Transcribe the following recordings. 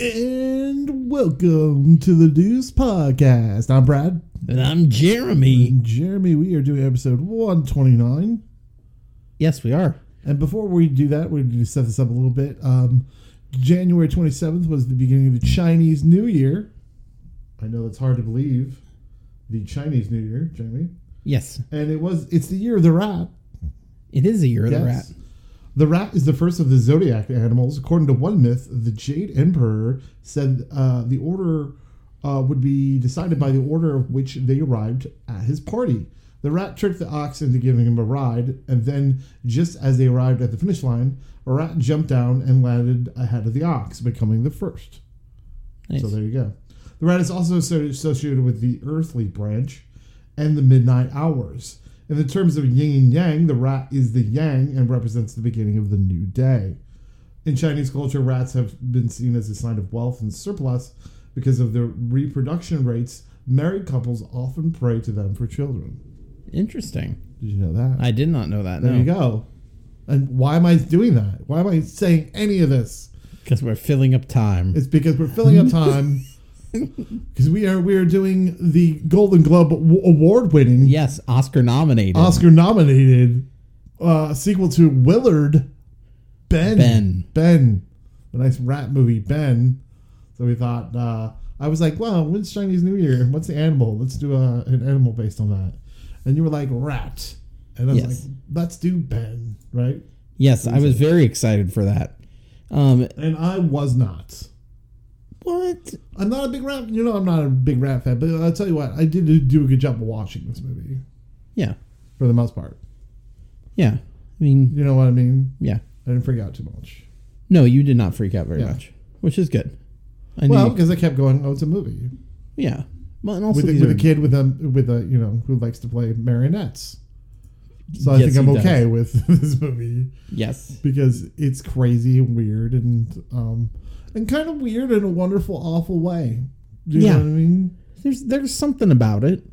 And welcome to the Deuce Podcast. I'm Brad. And I'm Jeremy. And Jeremy, we are doing episode 129. Yes, we are. And before we do that, we're going to set this up a little bit. Um, January 27th was the beginning of the Chinese New Year. I know that's hard to believe. The Chinese New Year, Jeremy. Yes, And it was, it's the year of the rat. it is the year of the rat. Yes. The rat is the first of the zodiac animals. According to one myth, the Jade Emperor said uh, the order uh, would be decided by the order of which they arrived at his party. The rat tricked the ox into giving him a ride, and then, just as they arrived at the finish line, a rat jumped down and landed ahead of the ox, becoming the first. Nice. So there you go. The rat is also so- associated with the earthly branch and the midnight hours. In the terms of yin and yang, the rat is the yang and represents the beginning of the new day. In Chinese culture, rats have been seen as a sign of wealth and surplus because of their reproduction rates. Married couples often pray to them for children. Interesting. Did you know that? I did not know that. there you No, go. And why am I doing that? Why am I saying any of this? because we're filling up time. It's because we're filling up time. Because we are we are doing the Golden Globe award winning, Yes, Oscar nominated. Oscar nominated uh, sequel to Willard, Ben. Ben. Ben. The nice rat movie, Ben. So we thought, uh, I was like, wow, when's Chinese New Year? What's the animal? Let's do a, an animal based on that. And you were like, rat. And I was Yes. like, let's do Ben, right? yes, I was very excited for that. Um, And I was not. what? I'm not a big rap. You know, I'm not a big rap fan, but I'll tell you what, I did do a good job of watching this movie Yeah, for the most part. yeah. I mean, You know what I mean? yeah. I didn't freak out too much. No, you did not freak out very Yeah. much, which is good. I knew. Well, you- because I kept going, oh, it's a movie yeah. Well, and also with, these a, with are- a kid with a with a you know who likes to play marionettes. So I Yes, think I'm he does. okay with this movie Yes. because it's crazy and weird and um and kind of weird in a wonderful, awful way. Do you Yeah. know what I mean? There's there's something about it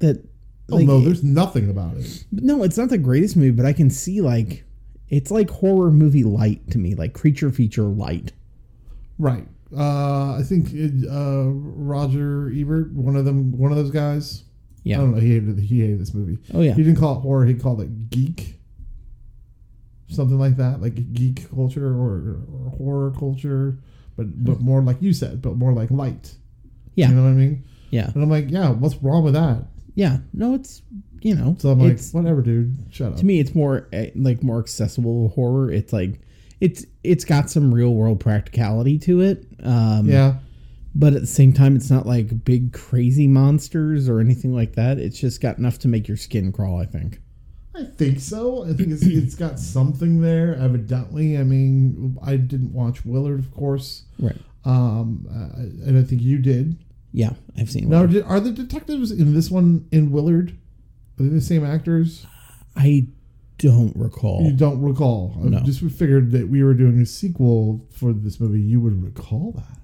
that. Oh like, no, there's nothing about it. But No, it's not the greatest movie, but I can see like it's like horror movie light to me, like creature feature light. Right. Uh, I think it, uh, Roger Ebert, one of them, one of those guys. I Yeah. don't know. He hated, he hated this movie. Oh yeah. He didn't call it horror. He called it geek, something like that, like geek culture or, or horror culture, but but more like you said, but more like light. Yeah. You know what I mean? Yeah. And I'm like, yeah. What's wrong with that? Yeah. No, it's you know, So I'm like, it's whatever, dude. Shut up. to me it's more eh, like more accessible horror. It's like it's it's got some real world practicality to it. Um yeah. but at the same time it's not like big crazy monsters or anything like that. It's just got enough to make your skin crawl, I think. I think so. I think it's, it's got something there, evidently. I mean, I didn't watch Willard, of course. Right. Um, uh, and I think you did. Yeah, I've seen Now, one. did, are the detectives in this one in Willard? Are they the same actors? I don't You recall. don't recall. Oh. No. I just figured that we were doing a sequel for this movie. You would recall that.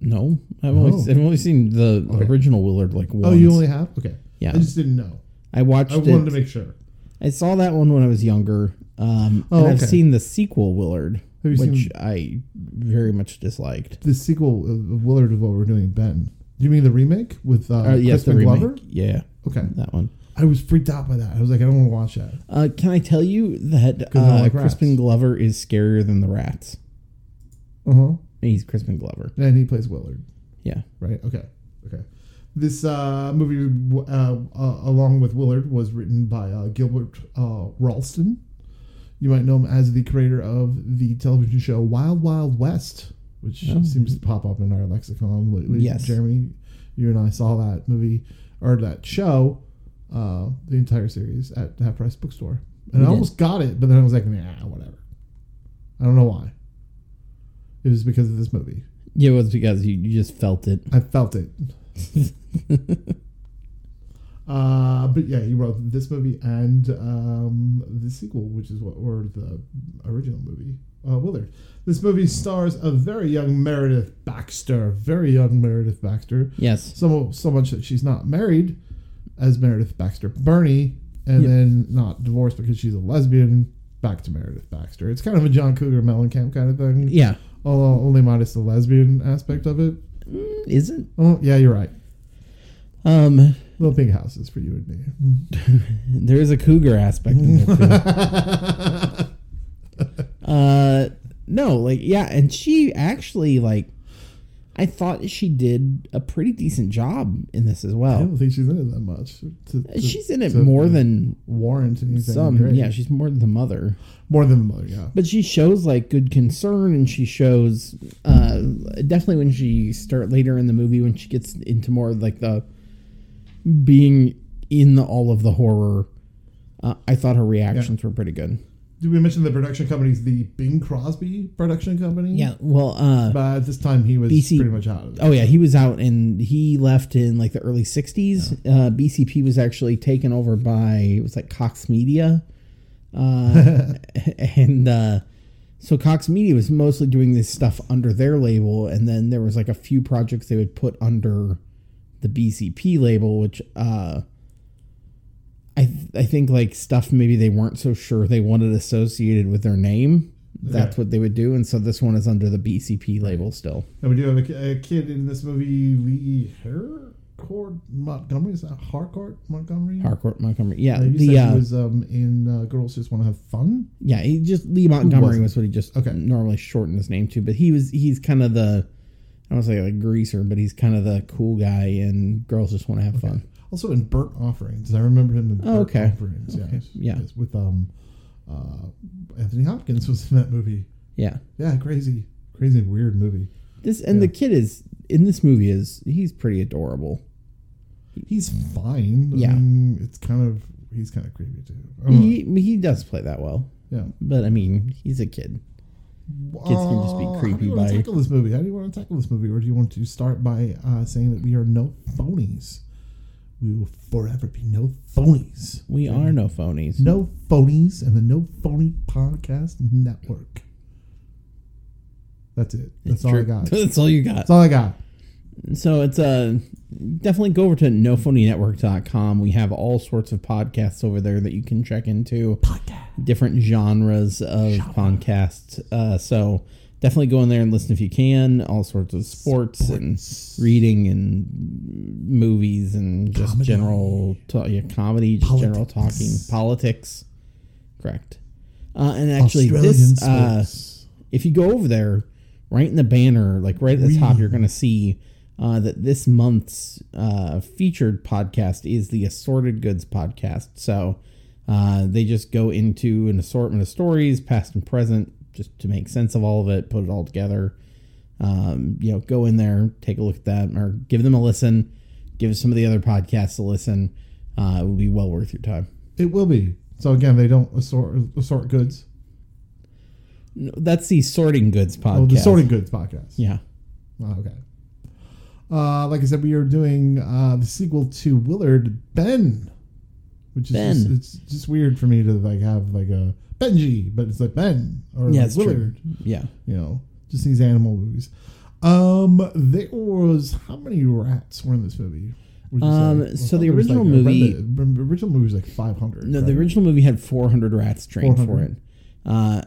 No. I've Oh. only I've only seen the Okay. original Willard like once. Oh, you only have? Okay. Yeah. I just didn't know. I watched I it. wanted to make sure. I saw that one when I was younger. Um, Oh, and I've okay. seen the sequel Willard, Have you which seen- I very much disliked. The sequel of Willard of what we're doing, Ben. You mean the remake with uh, Uh, yes, the Crispin remake. Glover? Yeah, Okay. that one. I was freaked out by that. I was like, I don't want to watch that. Uh, can I tell you that 'Cause I don't uh, like rats. Crispin Glover is scarier than the rats? Uh huh. He's Crispin Glover. And he plays Willard, Yeah. right? Okay, okay. This uh, movie, uh, uh, along with Willard, was written by uh, Gilbert uh, Ralston. You might know him as the creator of the television show Wild Wild West, which Oh. seems to pop up in our lexicon. We- we- Yes. Jeremy, you and I saw that movie or that show, uh, the entire series at Half Price Bookstore, and We I did. almost got it, but then I was like, nah, whatever. I don't know why. It was because of this movie. Yeah, it was because you, you just felt it. I felt it. uh, but yeah, he wrote this movie and um, the sequel, which is what, or the original movie, uh, Willard. This movie stars a very young Meredith Baxter, very young Meredith Baxter. Yes. So, so much that she's not married as Meredith Baxter Bernie, and Yep. then not divorced because she's a lesbian. Back to Meredith Baxter. It's kind of a John Cougar Mellencamp kind of thing Yeah. Although only minus the lesbian aspect of it. Mm, Isn't Oh, yeah, you're right. um Little Pink House is for you and me. Mm, there is a cougar aspect in there too. uh no, like yeah, and she actually like I thought she did a pretty decent job in this as I well. don't think she's in it that much. To- to- She's in it to more than warrant anything. some. great. Yeah, she's more than the mother. more than the mother. Yeah, but she shows like good concern and she shows uh definitely when she start later in the movie when she gets into more like the being in the, all of the horror uh, i thought her reactions were pretty good did we mention the production company's the Bing Crosby production company? yeah well uh but at this time he was BC pretty much out of it. oh yeah he was out and he left in like the early 60s uh bcp was actually taken over by it was like cox media uh, and uh, so Cox Media was mostly doing this stuff under their label, and then there was like a few projects they would put under the BCP label, which uh, I th- I think like stuff maybe they weren't so sure they wanted associated with their name. That's Okay. what they would do, and so this one is under the BCP label still. And we do have a, ki- a kid in this movie, Lee Harcourt Montgomery. Is that Harcourt Montgomery? Harcourt Montgomery, yeah, Uh, you the said he uh, was um, in uh, Girls Just Want to Have Fun. yeah, he just Lee Montgomery was what he just Okay. normally shortened his name to, but he was he's kind of the I don't want to say like greaser, but he's kind of the cool guy, and girls just want to have fun. Also in Burnt Offerings. I remember him in Burnt Oh, okay. Offerings. Yeah, Yeah. Yes, with um, uh, Anthony Hopkins was in that movie. Yeah, Yeah, crazy, crazy, weird movie. this and the kid is in this movie is he's pretty adorable. He's fine. I Yeah. mean, it's kind of he's kind of creepy too. I don't know. He he does play that well, yeah, but I mean he's a kid. Kids can just be Uh, How do creepy you want by- to tackle this movie? How do you want to tackle this movie, or do you want to start by uh, saying that we are no phonies? We will forever be no phonies. We are no phonies. No phonies and the No Phony Podcast Network. That's it. That's It's all I true. got. That's That's all you got. all I got. So it's uh, definitely go over to nophonynetwork.com. We have all sorts of podcasts over there that you can check into. different genres of podcasts. Uh, so definitely go in there and listen if you can. All sorts of sports, and reading and movies and just Comedy. general ta- yeah, comedy, just general talking, Politics. politics. Correct. Uh, and actually, Australian this uh, sports. if you go over there, right in the banner, like right at the top, you're going to see uh, that this month's uh, featured podcast is the Assorted Goods podcast. So uh, they just go into an assortment of stories, past and present, just to make sense of all of it, put it all together. Um, you know, go in there, take a look at that, or give them a listen. Give some of the other podcasts a listen. Uh, it would be well worth your time. It will be. So again, they don't assort assort goods. No, that's the Sorting Goods podcast. Oh, the sorting goods podcast. Yeah. Oh, okay. Uh, like I said, we are doing uh, the sequel to Willard Ben, which is Ben. Just, it's just weird for me to like have like a Benji, but it's like Ben or Yeah, like it's true. Willard. Yeah. You know, just these animal movies. Um, there was how many rats were in this movie? Would you say? Um, I so thought the there was, original I read movie- the, the original movie was like five hundred. No, the original movie had 400 rats trained 400. for it. Uh,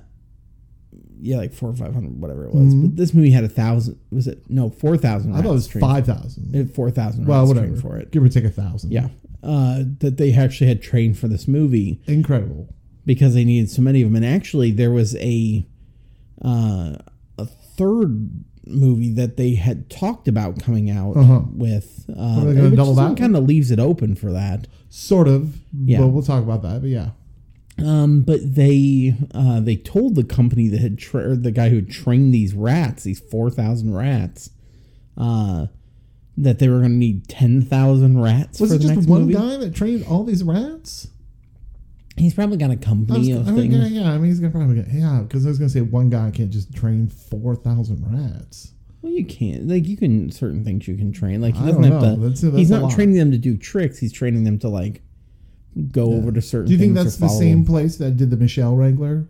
yeah, like four or 500, whatever it was. But this movie had a thousand. Was it no 4,000? Mm-hmm. I thought it was trained. five thousand. It had 4,000 Well, rats whatever. trained for it. Give or take a thousand. Yeah, uh, that they actually had trained for this movie incredible. because they needed so many of them. And actually, there was a uh, a third movie that they had talked about coming out Uh-huh. with. they Um, gonna which double that one? kind of leaves it open for that. Sort of. Yeah. Well, we'll talk about that. But yeah. Um, but they uh, they told the company that had tra- or the guy who had trained these rats, these four thousand rats, uh, that they were going to need ten thousand rats Was for it the just next one movie. guy that trained all these rats? He's probably got I a was, company I of mean, things. yeah, yeah, I mean, he's gonna probably get yeah, because I was gonna say one guy can't just train four thousand rats. Well, you can't like you can certain things you can train. Like he I doesn't don't have know. to. That's- that's he's a not lot. training them to do tricks. He's training them to like go over to certain. Do you think things or that's the follow same them. place that did the Michelle Wrangler?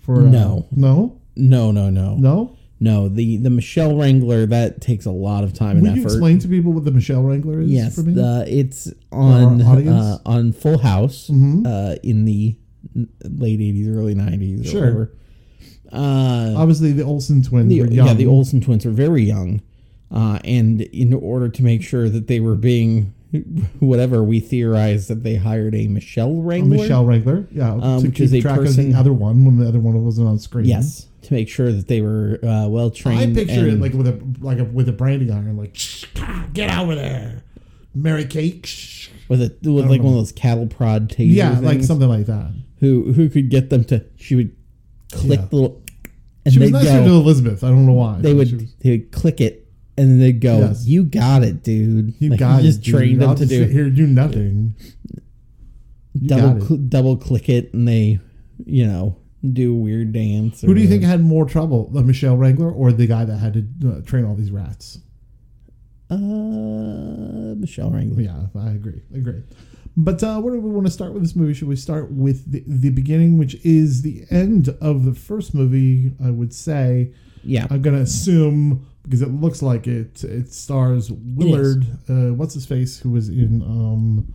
For uh, No. no, No, no, no, no, no. The the Michelle Wrangler that takes a lot of time and Would effort. you explain to people what the Michelle Wrangler is? Yes, for me? the, it's on audience? uh, on Full House Mhm. uh, in the n- late eighties, early nineties, Sure. or whatever. Uh, Obviously, the Olsen twins the, were young. yeah, the Olsen twins are very young, uh, and in order to make sure that they were being whatever, we theorized that they hired a Michelle Wrangler. Michelle Wrangler, yeah, Um, to which is keep a track of person- the other one when the other one wasn't on screen. Yes, to make sure that they were uh, well I trained. picture it and- like with a like a, with a branding iron, like "Shh, get over there, Mary Kate. shh." with a with like one of those cattle prod tasers. Yeah, like things. something like that. who who could get them to she would click Yeah. the little and She was they'd nicer go to Elizabeth. I don't know why. they but would she was- they would click it and then they'd go Yes. you got it dude You Like, got just it, dude. trained I'll them to just sit do here and do nothing. You got double it. cl- double click it and they you know do a weird dance Who do you or- think had more trouble, the Michelle Wrangler or the guy that had to uh, train all these rats? uh Michelle Wrangler Yeah, I agree. I agree. But uh, where do we want to start with this movie? Should we start with the, the beginning, which is the end of the first movie? I would say. yeah I'm gonna assume because it looks like it. It stars Willard. uh, what's his face? Who was in um,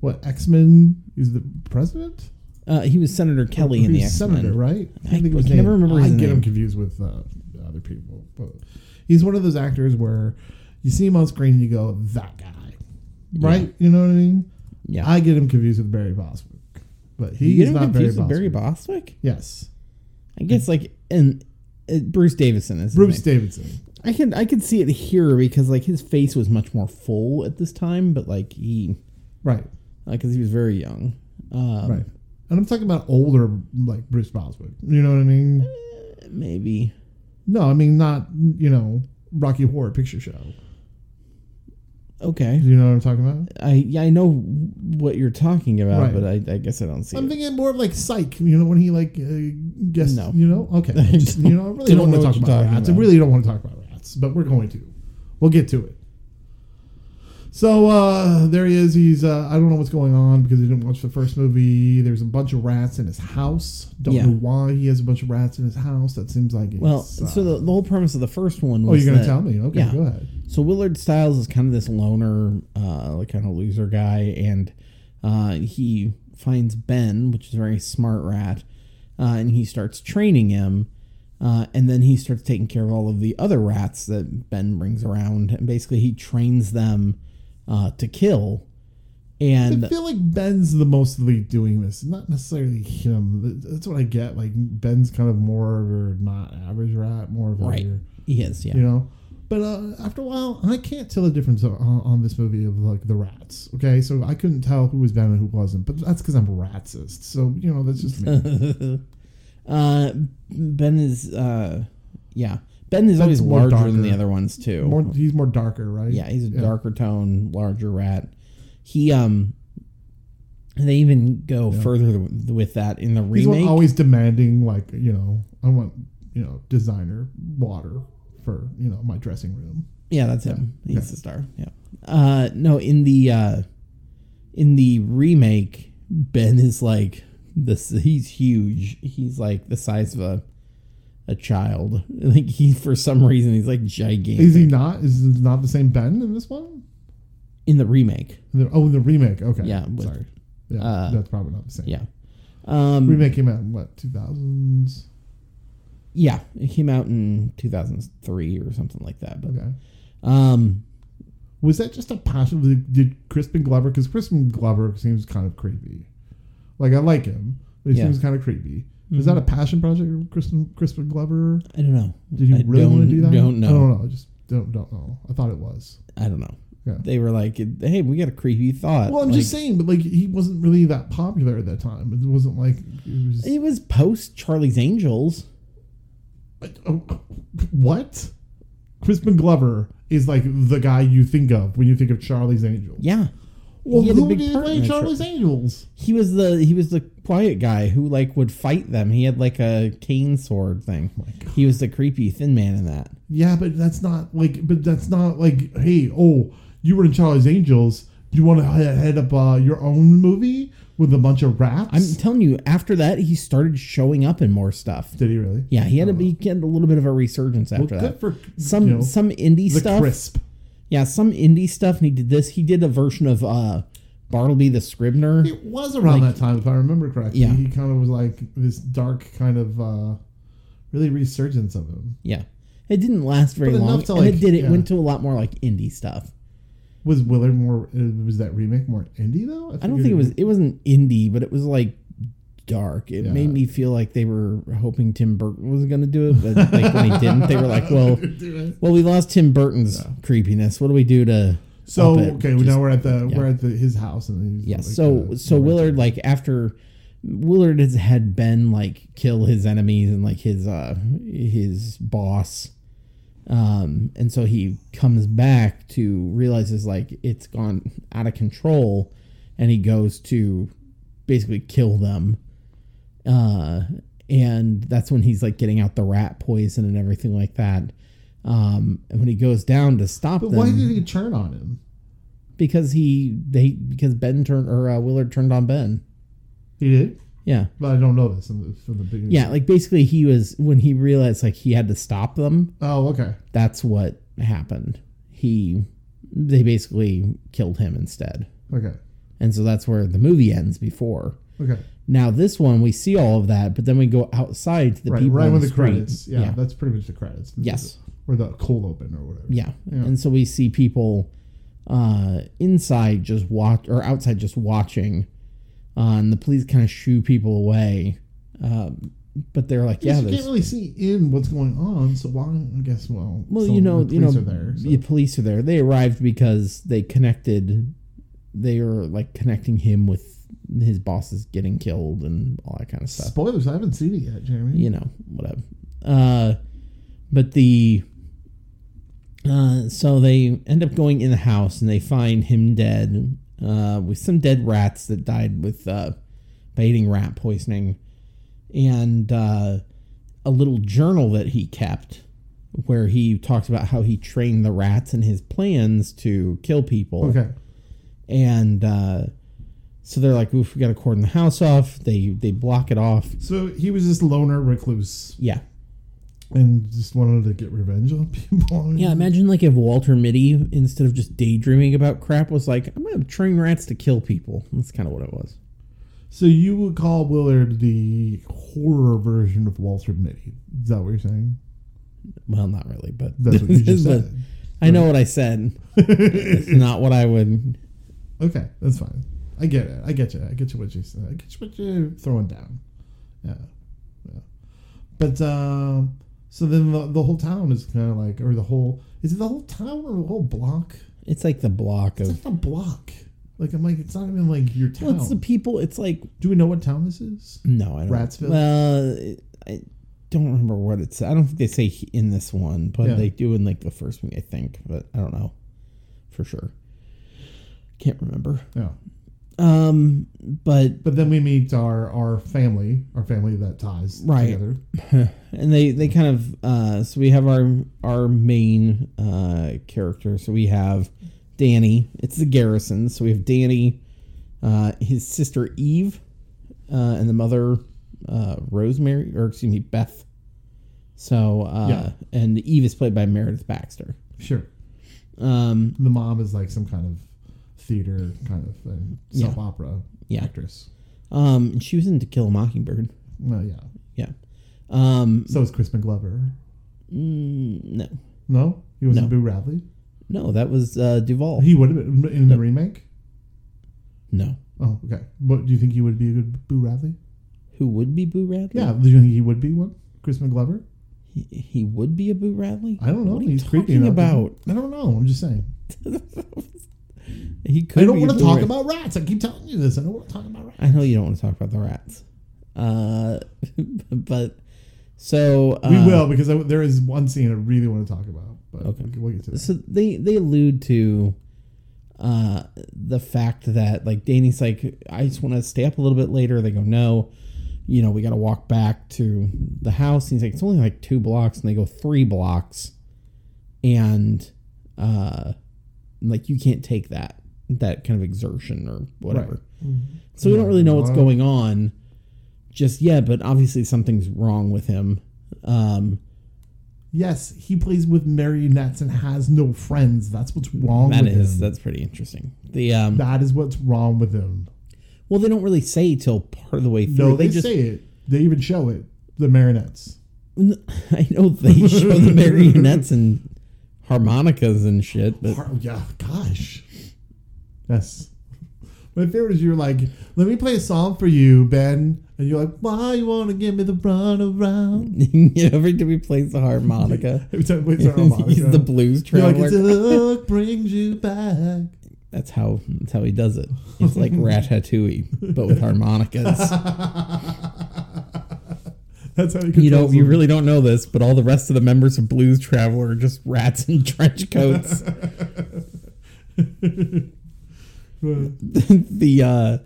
what X Men? Is the president? uh, he was Senator Kelly in the He's X senator, Men right? I- think it I was can never named- remember I his get him name. confused with uh, other people, but he's one of those actors where you see him on screen, and you go, "That guy," right? You know what I mean? yeah I get him confused with Barry Boswick, but he's you get him not Barry confused Boswick. with Barry Bostwick yes, I guess like and uh, Bruce Davison is his Bruce name. Davidson. I can I could see it here because like his face was much more full at this time, but like he Right, because he was very young. Um, right. And I'm talking about older, like Bruce Boswick. You know what I mean? Maybe. No, I mean not you know Rocky Horror Picture Show. Okay. Do you know what I'm talking about? I yeah, I know what you're talking about, Right. but I, I guess I don't see I'm it. thinking more of like Psych. You know when he like uh, guessed. No. You know. Okay. I Just, don't- you know, I really don't, don't want know to what talk you're about talking rats. I about. really don't want to talk about rats, but we're going to. We'll get to it. So uh, there he is. He's uh, I don't know what's going on because he didn't watch the first movie. There's a bunch of rats in his house. Don't Yeah. know why he has a bunch of rats in his house. That seems like it's, Well, uh, so the, the whole premise of the first one oh, was you're gonna that- tell me? Okay, yeah. go ahead. So Willard Styles is kind of this loner, uh, like kind of loser guy, and uh, he finds Ben, which is a very smart rat, uh, and he starts training him, uh, and then he starts taking care of all of the other rats that Ben brings around, and basically he trains them uh, to kill, I and feel like Ben's the mostly doing this, not necessarily him. That's what I get. Like Ben's kind of more of a not average rat, more of a right, he is, yeah, you know. But uh, after a while, I can't tell the difference on, on this movie of like the rats. Okay, so I couldn't tell who was Ben and who wasn't, but that's because I'm racist. So you know that's just me. uh, Ben is, uh, yeah, Ben is always more larger than darker. the other ones too. more, he's more darker, right? Yeah, he's a darker tone, larger rat. He um, they even go further th- with that in the He's one remake. always demanding like you know I want you know designer water for you know my dressing room. yeah, that's him. He's the star. Yeah. Uh, no, in the uh, in the remake, Ben is like this. He's huge. He's like the size of a a child. Like he, for some reason, he's like gigantic Is he not? Is it not the same Ben in this one? in the remake. The- oh, the remake. Okay. Yeah, with- Sorry. Yeah, uh, that's probably not the same. Yeah. Um, Remake came out in what two thousands? Yeah, it came out in 2003 or something like that. But Okay. um, Was that just a passion? Did, did Crispin Glover? Because Crispin Glover seems kind of creepy. Like I like him, but he Yeah. Mm-hmm. seems kind of creepy. Is that a passion project, of Crispin Crispin Glover? I don't know. Did you I really want to don't- do that? Don't know. I don't know. I just don't don't know. I thought it was. I don't know. Yeah. They were like, "Hey, we got a creepy thought." Well, I'm Uh, Like, just saying, but like he wasn't really that popular at that time. It wasn't like it was. it was post Charlie's Angels. What? Crispin Glover is like the guy you think of when you think of Charlie's Angels. Yeah, Well, he had a who big did part in play that Charlie's Angels? he was the he was the quiet guy who like would fight them. He had like a cane sword thing. Oh he was the creepy thin man in that. Yeah, but that's not like. But that's not like. Hey, oh, you were in Charlie's Angels. You want to head up uh, your own movie with a bunch of rats? I'm telling you, after that, he started showing up in more stuff. did he really? Yeah, he had a he had a little bit of a resurgence Oh. Well, after good that. for Some you know, some indie the stuff. crisp. Yeah, some indie stuff. And he did this. He did a version of uh Bartleby the Scribner. It was around that time, if I remember correctly. Yeah. He kind of was like this dark kind of uh really resurgence of him Yeah. It didn't last very But enough long. to, and like, it did. It yeah. went to a lot more like indie stuff. was Willard more uh, was that remake more indie though I don't think it was. It wasn't indie, but it was like dark. It Yeah. made me feel like they were hoping Tim Burton was going to do it, but like when he didn't, they were like, "Well, well well, we lost Tim Burton's creepiness. What do we do to?" so up it? okay Just- now we're at the yeah. we're at the, his house and he's Yeah. like, so uh, so Willard like after Willard has had Ben like kill his enemies and like his uh his boss. Um and so he comes back to realizes like it's gone out of control and he goes to basically kill them. Uh and that's when he's like getting out the rat poison and everything like that. Um and when he goes down to stop but them why did he turn on him because he they because Ben turned or uh, Willard turned on Ben. he did Yeah. but I don't know this from the, from the beginning Yeah, like basically he was when he realized like he had to stop them, oh okay that's what happened. He they basically killed him instead. okay And so that's where the movie ends before. okay Now this one we see all of that, but then we go outside to the right people right on when the the street. credits yeah, yeah. that's pretty much the credits Yes. or the cold open or whatever Yeah. Yeah. And so we see people uh, inside just watch or outside just watching. Uh, and the police kind of shoo people away. Um, but they're like, yeah, Yes, you there's, can't really see in what's going on, so why? I guess well, well, so you know, the you know, police are there, so- the police are there. They arrived because they connected. They were like connecting him with his bosses getting killed and all that kind of stuff. Spoilers, I haven't seen it yet, Jeremy. you know, whatever. Uh, but the uh, so they end up going in the house and they find him dead uh, with some dead rats that died with uh, by eating rat poisoning, and uh, a little journal that he kept where he talks about how he trained the rats and his plans to kill people Okay. and. Uh, so they're like, "Oof, we got to cordon the house off." They they block it off. So he was this loner recluse Yeah, and just wanted to get revenge on people. Yeah, imagine like if Walter Mitty, instead of just daydreaming about crap, was like, "I'm gonna train rats to kill people." That's kind of what it was. So you would call Willard the horror version of Walter Mitty. Is that what you're saying? Well, not really, but That's what you just but said. I know what I said. it's not what I would. Okay, that's fine. I get it. I get you. I get you what you said. I get you what you're throwing down. Yeah. yeah. But um, so then the, the whole town is kind of like, or the whole, is it the whole town or the whole block? It's like the block It's of. not a block. Like I'm like, it's not even like your town. Well, it's the people. It's like Do we know what town this is? no, I don't. Ratsville? Well, I don't remember what it's. I don't think they say he- in this one, but Yeah. they do in like the first movie, I think. But I don't know for sure. Can't remember. Yeah. Um, but But then we meet our our family, our family that ties Right. together. and they they kind of uh so we have our our main uh character so we have danny it's the garrison so we have danny uh his sister eve uh and the mother uh rosemary or excuse me beth so uh Yeah. and eve is played by meredith baxter Sure. um The mom is like some kind of theater kind of thing, Yeah. soap opera Yeah. actress. um and she was in to kill a mockingbird Well, yeah. yeah um So is Crispin Glover. mm, no No, he was No. not Boo Radley. no that was uh duval He would have been in the remake. no Oh, okay. But do you think he would be a good Boo Radley? who would be boo radley Yeah. Do you think he would be one? Crispin Glover. He, he would be a Boo Radley. I don't know. What are you He's creepy talking enough. about? I don't know. I'm just saying. He could. I don't be a want to Boo talk Ra- about rats. I keep telling you this. I don't want to talk about rats. I know you don't want to talk about the rats, uh, but so uh, We will because I, there is one scene I really want to talk about. But Okay. we'll, we'll get to that. So they they allude to uh, the fact that like Danny's like I just want to stay up a little bit later. They go no, you know we got to walk back to the house. And he's like it's only like two blocks, and they go three blocks, and uh, like you can't take that that kind of exertion or whatever. Mm-hmm. So we don't really know what's Wow. going on just yet, but obviously something's wrong with him. Um, Yes, he plays with marionettes and has no friends. That's what's wrong that with is him. that's pretty interesting. The um, That is what's wrong with him. Well, they don't really say till part of the way through. No, they, just say it. They even show it. The marionettes. I know they show the marionettes and harmonicas and shit, but Har- yeah, gosh. Yes. My favorite is you're like, let me play a song for you, Ben. And you're like, why you want to give me the runaround? you know, every time he plays the harmonica, Every time we turn on he's the blues You're like, it's a traveler. look brings you back. That's how that's how he does it. It's like Ratatouille, but with harmonicas. That's how you You know, controls you them. really don't know this, but all the rest of the members of Blues Traveler are just rats in trench coats. Uh, the uh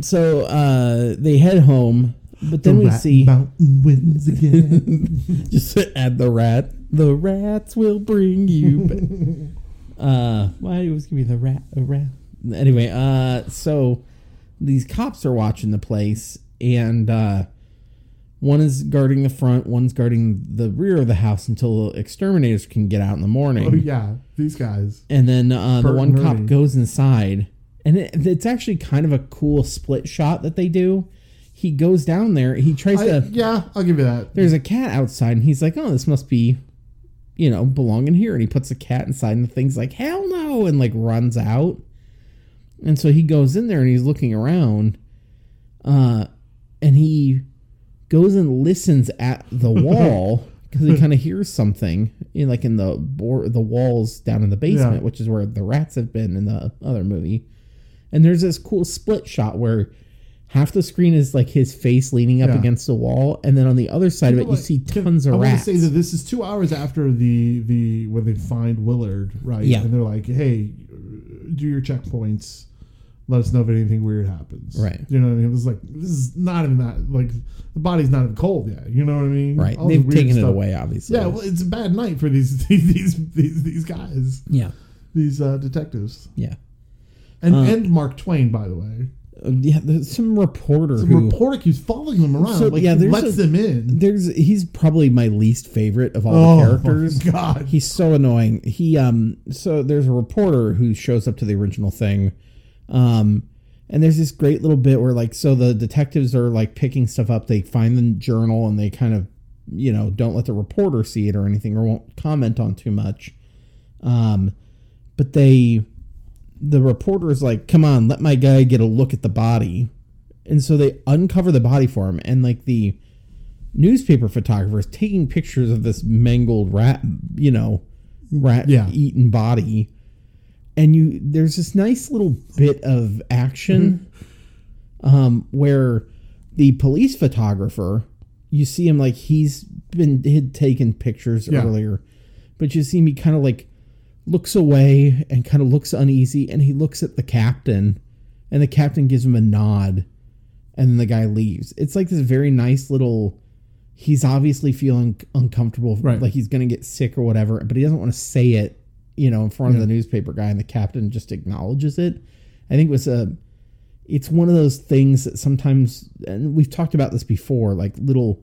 so uh they head home, but then we Rat see mountain winds again. just add the rat. The rats will bring you. Back. uh, why it was gonna be the rat? A rat. Anyway, uh, so these cops are watching the place, and uh, one is guarding the front, one's guarding the rear of the house until exterminators can get out in the morning. oh yeah, these guys. And then uh, the Bert one and cop Ernie. goes inside, and it, it's actually kind of a cool split shot that they do. He goes down there. He tries I, to yeah, I'll give you that. there's a cat outside and he's like oh this must be you know belonging here and he puts the cat inside and the thing's like hell no and like runs out and so he goes in there and he's looking around uh and he goes and listens at the wall because he kind of hears something in like in the bor- the walls down in the basement Yeah. which is where the rats have been in the other movie and there's this cool split shot where half the screen is like his face leaning up Yeah. against the wall, and then on the other side of it, you Like, see can- tons I of wanna rats. say that this is two hours after the the when they find Willard, right? Yeah. and they're like, "Hey, do your checkpoints. Let us know if anything weird happens." Right. You know what I mean? It's like this is not even that like the body's not even cold yet. You know what I mean? right? All the They've weird taken it stuff. away, obviously. Yeah, well, it's a bad night for these these these these guys, yeah, these uh, detectives, yeah, and and Mark Twain, by the way. Uh, yeah. There's some reporter The who reporter keeps following them around, So, like yeah, there's lets a- them in. there's he's probably my least favorite of all oh the characters. my god! He's so annoying. He um so there's a reporter who shows up to the original thing. Um and there's this great little bit where like so the detectives are like picking stuff up. They find the journal and they kind of, you know, don't let the reporter see it or anything or won't comment on too much. Um but they the reporter's like, "Come on, let my guy get a look at the body." And so they uncover the body for him and like the newspaper photographers taking pictures of this mangled rat, you know, rat Yeah. eaten body. And you there's this nice little bit of action um where the police photographer, you see him like he's been had taken pictures Yeah. earlier, but you see me kind of like looks away and kind of looks uneasy and he looks at the captain and the captain gives him a nod and then the guy leaves. It's like this very nice little. He's obviously feeling uncomfortable, Right. like he's going to get sick or whatever, but he doesn't want to say it, you know, in front of the newspaper guy, and the captain just acknowledges it. I think it was a. It's one of those things that sometimes, and we've talked about this before, like little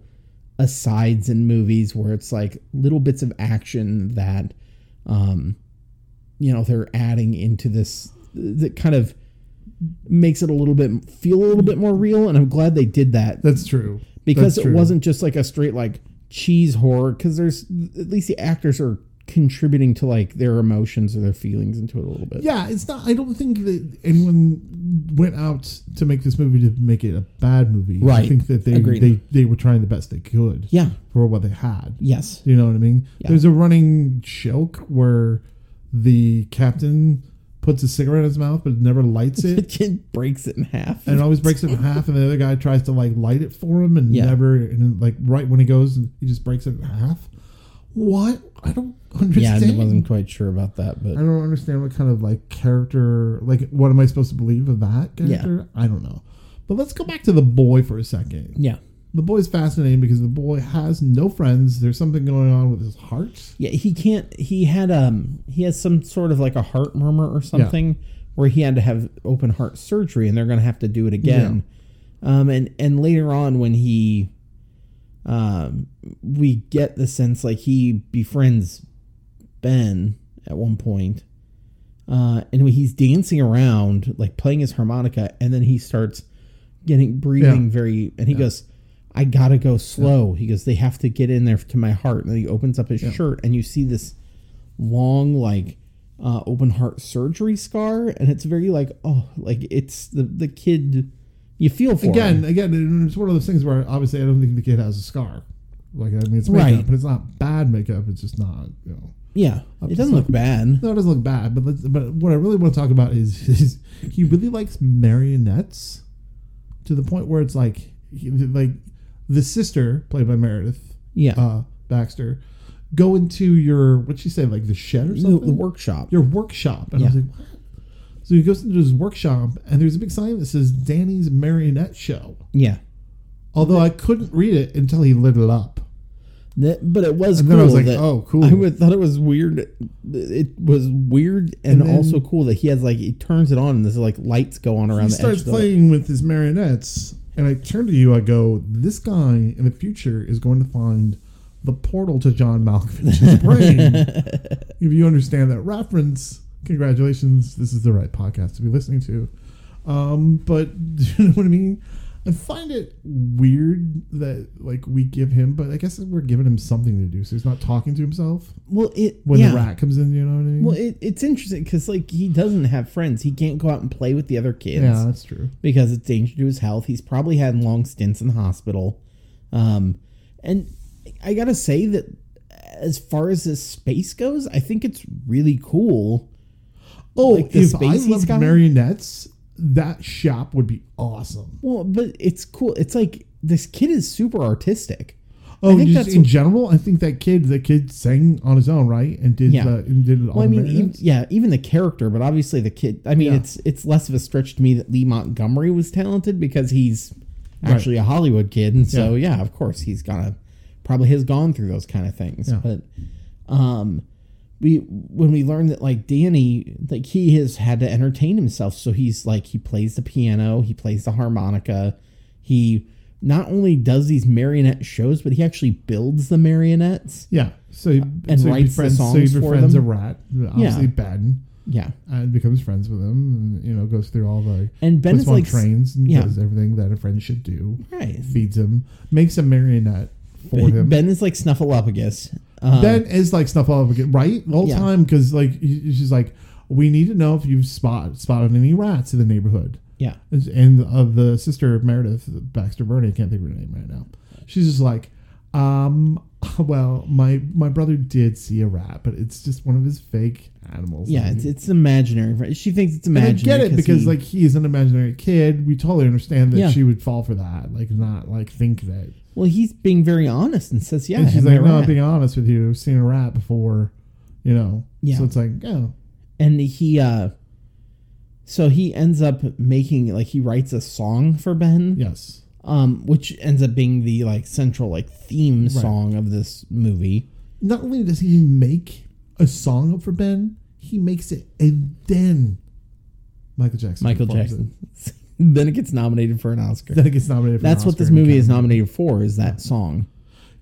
asides in movies where it's like little bits of action that, um, you know, they're adding into this that kind of makes it a little bit feel a little bit more real and i'm glad they did that That's true. because That's it true. wasn't just like a straight like cheese horror because there's at least the actors are contributing to like their emotions or their feelings into it a little bit Yeah, it's not. I don't think that anyone went out to make this movie to make it a bad movie. Right. I think that they Agreed. they, they were trying the best they could yeah for what they had. yes You know what I mean? Yeah. There's a running joke where the captain puts a cigarette in his mouth but never lights it. it just breaks it in half And always breaks it in half, and the other guy tries to like light it for him, and Yeah. never, and like right when he goes, he just breaks it in half. What? I don't yeah understand. i wasn't quite sure about that I but don't understand what kind of like character, like what am I supposed to believe of that character? I don't know. But let's go back to the boy for a second. yeah The boy is fascinating because the boy has no friends. There's something going on with his heart. yeah he can't he had um he has some sort of like a heart murmur or something where he had to have open heart surgery and they're gonna have to do it again um and and later on when he um we get the sense like he befriends ben at one point uh and when he's dancing around like playing his harmonica and then he starts getting breathing very and he goes I gotta go slow. He goes, they have to get in there to my heart. And then he opens up his shirt, and you see this long, like, uh, open heart surgery scar, and it's very like, oh, like it's the the kid. You feel for him. Again, again, it's one of those things where obviously I don't think the kid has a scar. Like I mean, it's makeup, Right. but it's not bad makeup. It's just not you know. yeah. It doesn't look bad. No, it doesn't look bad. But let's, but what I really want to talk about is, is he really likes marionettes to the point where it's like he- like the sister played by Meredith Yeah, uh, Baxter go into your what'd she say like the shed or the, the something workshop. your workshop. And I was Yeah. like, what? So he goes into his workshop, and there's a big sign that says Danny's Marionette Show. yeah, Although I couldn't read it until he lit it up. That- but it was And cool. then I was like, that- oh, cool. I would, thought it was weird. It was weird and, And then- also cool that he has like he turns it on and there's like lights go on around he the edge. starts of the- playing with his marionettes, and I turn to you, I go, this guy in the future is going to find the portal to John Malkovich's brain. if you understand that reference, congratulations, this is the right podcast to be listening to. Um, but you know what I mean? I find it weird that like we give him, but I guess we're giving him something to do, so he's not talking to himself well, it when yeah. the rat comes in. You know what I mean? Well, it, it's interesting because like he doesn't have friends. He can't go out and play with the other kids yeah, that's true. because it's danger to his health. He's probably had long stints in the hospital. Um, and I gotta say that as far as this space goes, I think it's really cool. Oh, Like the if space I he's loved got? marionettes, that shop would be awesome. Well, but it's cool. It's like this kid is super artistic. Oh, think just that's- in general, I think that kid, the kid sang on his own, right, and did Yeah. the, and did it all. Well, I mean, even, marionettes? yeah, even the character, but obviously the kid. I mean, Yeah. it's it's less of a stretch to me that Lee Montgomery was talented because he's actually a Hollywood kid, and so yeah, of course he's gonna probably has gone through those kind of things. Yeah. But um, we when we learned that like Danny, like he has had to entertain himself, so he's like he plays the piano, he plays the harmonica, he not only does these marionette shows, but he actually builds the marionettes. Yeah. So he, and so he writes the befriends, so he songs for befriends them. a rat, obviously Ben, Yeah. and becomes friends with him, and you know goes through all the And Ben puts is him on like s- trains and yeah. does everything that a friend should do. Right. Feeds him, makes a marionette for him. Ben, Ben is like Snuffleupagus. Um, is like stuff all over again, right the whole Yeah. time because like he- she's like, we need to know if you've spot, spotted any rats in the neighborhood. yeah. and of the sister of Meredith, Baxter Burney, I can't think of her name right now. She's just like, um, well, my my brother did see a rat, but it's just one of his fake animals. Yeah, And it's, it's imaginary. She thinks it's I imaginary. get it because he- like he is an imaginary kid. We totally understand that Yeah. she would fall for that, like not like think that. well, he's being very honest and says, "Yeah, and she's I'm like, a no, I'm rat." being honest with you. I've seen a rat before, you know. Yeah. So it's like, oh. yeah, and he uh, so he ends up making like he writes a song for Ben, yes, um, which ends up being the like central like theme song of this movie. not only does he make a song up for Ben, he makes it and then Michael Jackson. Michael performs Jackson. then it gets nominated for an Oscar. It. Then it gets nominated. For an That's what this Oscar and movie is Academy. nominated for. Is that song?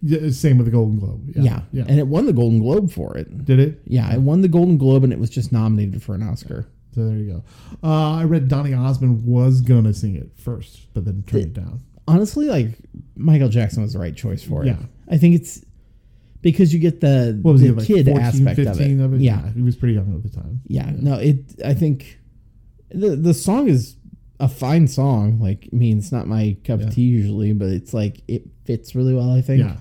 Yeah, same with the Golden Globe. Yeah, Yeah. yeah. and it won the Golden Globe for it. Did it? Yeah, it won the Golden Globe and it was just nominated for an Oscar. So there you go. Uh, I read Donny Osmond was gonna sing it first, but then turned it down. honestly, like Michael Jackson was the right choice for it. Yeah. I think it's because you get the, What was the he like? kid 14, aspect of it. 15 of it. Yeah. he was pretty young at the time. yeah, No, it. I think the the song is a fine song. Like, I mean, it's not my cup Yeah. of tea usually, but it's like it fits really well. I think. Yeah.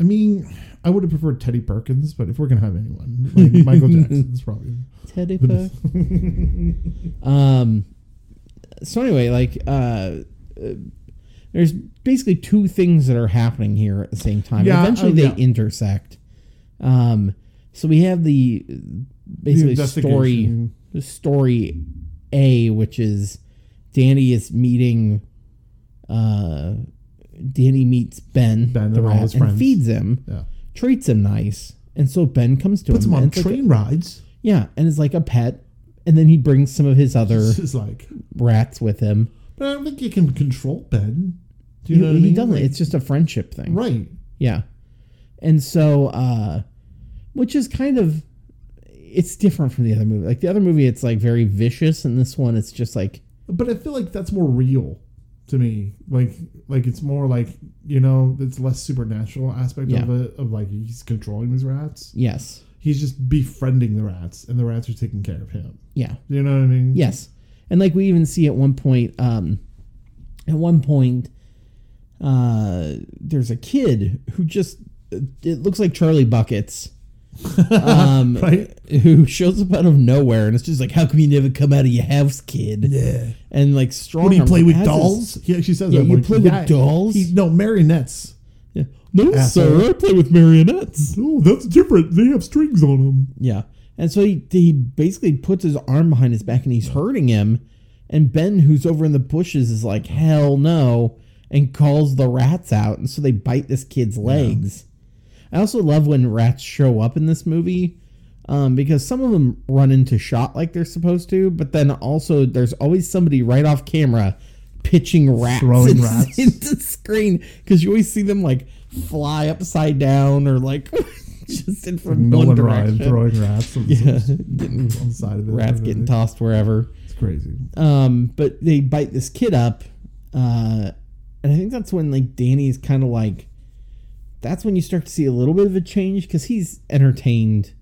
I mean, I would have preferred Teddy Perkins, but if we're gonna have anyone, like Michael Jackson's probably. Teddy bear. um. So anyway, like uh. uh, There's basically two things that are happening here at the same time. Yeah, Eventually, oh, they yeah. intersect. Um, so we have the uh, basically story investigation. story A, which is Danny is meeting. Uh, Danny meets Ben, Ben the and all rat, his and friends. feeds him, Yeah, treats him nice, and so Ben comes to puts him. him and on it's like a- train rides. yeah, and it's like a pet, and then he brings some of his other This is like, rats with him. but I don't think you can control Ben. Do you He, know what I he mean? doesn't. Like, It's just a friendship thing. right. Yeah, and so, uh, which is kind of, it's different from the other movie. Like the other movie, it's like very vicious, and this one, it's just like But I feel like that's more real. to me. Like like it's more like you know it's less supernatural aspect of Yeah. it of like he's controlling these rats. Yes. He's just befriending the rats, and the rats are taking care of him. Yeah. You know what I mean? Yes. And like we even see at one point, um, at one point, uh, there's a kid who just, it looks like Charlie Buckets. um, Right. Who shows up out of nowhere and it's just like, how come you never come out of your house, kid? Yeah. And like strong. What do you arm play with has his- dolls? He actually says Yeah, that. you like, play with dolls? He, no marionettes. Yeah. No, Asshole. sir. I play with marionettes. Oh, that's different. They have strings on them. Yeah. And so he, he basically puts his arm behind his back and he's hurting him. And Ben, who's over in the bushes, is like, hell no, and calls the rats out. And so they bite this kid's legs. I also love when rats show up in this movie um, because some of them run into shot like they're supposed to, but then also there's always somebody right off camera pitching rats Throwing into, rats. into the screen because you always see them like fly upside down or like just in from No one, one direction. Ryan throwing rats on, Yeah, on getting the side of it. rats getting tossed wherever. It's crazy. Um, but they bite this kid up, uh, and I think that's when like Danny's kind of like, that's when you start to see a little bit of a change because he's entertained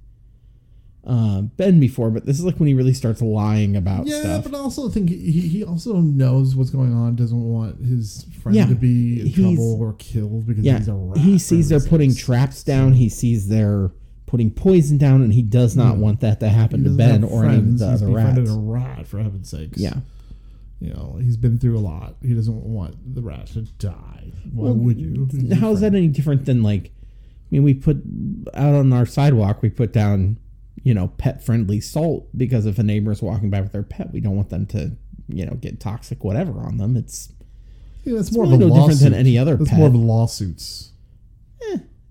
uh, Ben before, but this is like when he really starts lying about Yeah, stuff. but I also think he, he also knows what's going on. Doesn't want his friend Yeah. to be in He's- trouble or killed because yeah, he's a rat. he sees for they're putting instance. traps down. He sees they're putting poison down, and he does not want that to happen He to doesn't Ben have or any of friends. the He's other befriended rats. a rat for heaven's sakes. Yeah. you know he's been through a lot. He doesn't want the rat to die. Why Well, would you? How is that any different than like? I mean, we put out on our sidewalk. We put down, you know, pet-friendly salt because if a neighbor is walking by with their pet, we don't want them to, you know, get toxic whatever on them. It's Yeah, that's more really of a no lawsuit. different than any other That's pet. more of lawsuits.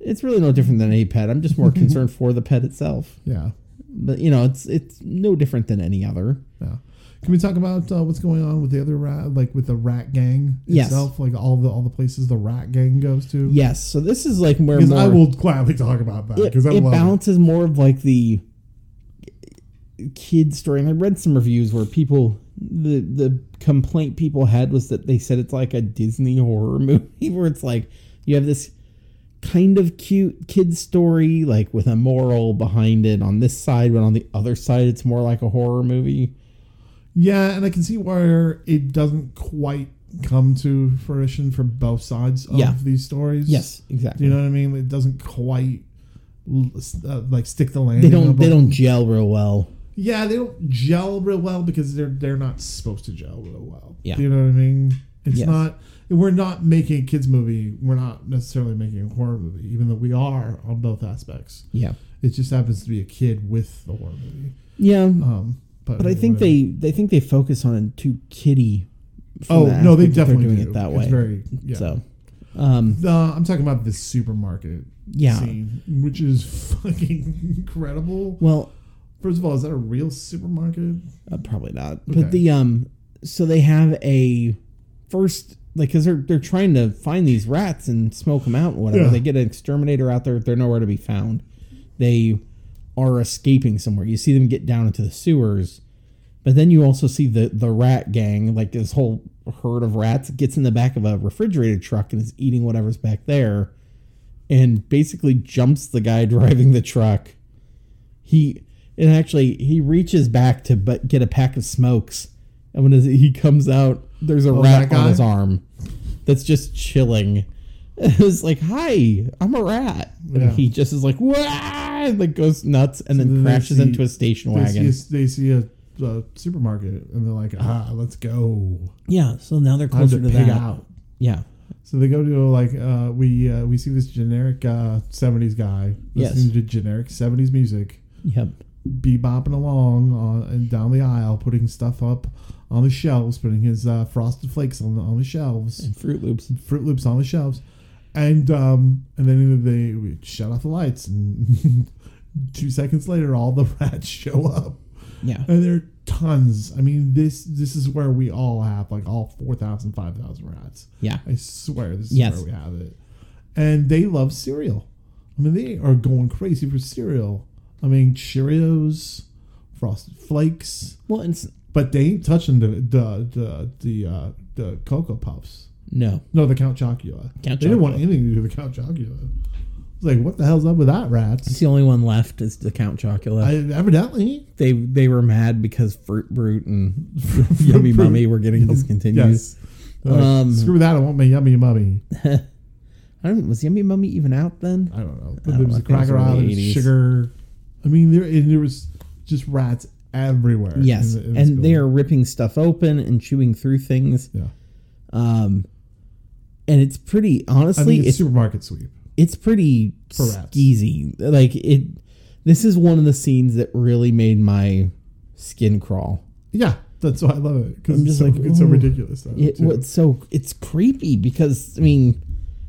it's really no different than any pet. I'm just more concerned for the pet itself. Yeah, But you know, it's it's no different than any other. yeah. Can we talk about uh, what's going on with the other rat, like with the rat gang Yes. itself, like all the all the places the rat gang goes to? Yes. So this is like where because more, I will gladly talk about that it, because I it love it. balances more of like the kid story. And I read some reviews where people the the complaint people had was that they said it's like a Disney horror movie where it's like you have this kind of cute kid story like with a moral behind it on this side, but on the other side it's more like a horror movie. Yeah, and I can see where it doesn't quite come to fruition for both sides of Yeah. these stories. Yes, Do exactly. you know what I mean? It doesn't quite l- s- uh, like stick the landing. they on don't they both- don't gel real well. Yeah, they don't gel real well because they're they're not supposed to gel real well. Yeah. Do you know what I mean? It's Yes. not. We're not making a kids movie. We're not necessarily making a horror movie, even though we are on both aspects. Yeah. It just happens to be a kid with the horror movie. Yeah. Um, but, But I think whatever. they they think they focus on it too kitty. from Oh the no, they aspect that they're definitely doing do. it that It's way. very yeah. So, um, The- I'm talking about the supermarket yeah. scene, which is fucking incredible. Well, First of all, is that a real supermarket? uh, probably not. Okay. But the um, so they have a first like because they're they're trying to find these rats and smoke them out and whatever. Yeah. They get an exterminator out there. They're nowhere to be found. They are escaping somewhere. You see them get down into the sewers, but then you also see the the rat gang, like this whole herd of rats, gets in the back of a refrigerator truck and is eating whatever's back there, and basically jumps the guy driving the truck. He and actually he reaches back to but get a pack of smokes, and when he comes out, there's a rat Oh, that on his guy? arm that's just chilling. It's like, "Hi, I'm a rat," and Yeah. he just is like, "Wah!" and like goes nuts, and then then they crashes see- into a station They see, wagon. a, they see a, a supermarket and they're like, ah, let's go. Yeah, so now they're Time closer to to pig that. out. Yeah, So they go to like uh, we uh, we see this generic uh, '70s guy Yes. listening to generic '70s music, yep, bebopping along on, and down the aisle, putting stuff up on the shelves, putting his uh, frosted flakes on the, on the shelves. and Fruit Loops. Fruit Loops on the shelves, and um, and then they we shut off the lights, and two seconds later, all the rats show up, Yeah, and there are tons. I mean, this this is where we all have like all 4,000, 5,000 rats. yeah, I swear, this is Yes. where we have it, and they love cereal. I mean, they are going crazy for cereal. I mean, Cheerios, Frosted Flakes, Well, it's but they ain't touching the the the the, uh, the Cocoa Puffs. no. No, the Count Chocula. Count they didn't want Chocula. anything to do with the Count Chocula. It's like, what the hell's up with that, It's rats? the only one left is the Count Chocula. I, evidently, they they were mad because Fruit Brute and Yummy Fruit- Mummy were getting discontinued. yes. They're like, Um, Screw that! I want my yummy mummy. I don't was Yummy Mummy even out then? I don't know. I But don't there was know, a I think it was Cracker in the Island, there was 80s. sugar. I mean, there and there was just rats everywhere. in Yes, the- in this and they building. are ripping stuff open and chewing through things. yeah. Um, and it's pretty I honestly, mean, it's it's supermarket sweep. it's pretty For rats. skeezy. Like it, this is one of the scenes that really made my skin crawl. Yeah, that's why I love it because I'm it's, just so, like, it's so "Ooh." ridiculous. though, It, too. well, it's so it's creepy because I mean,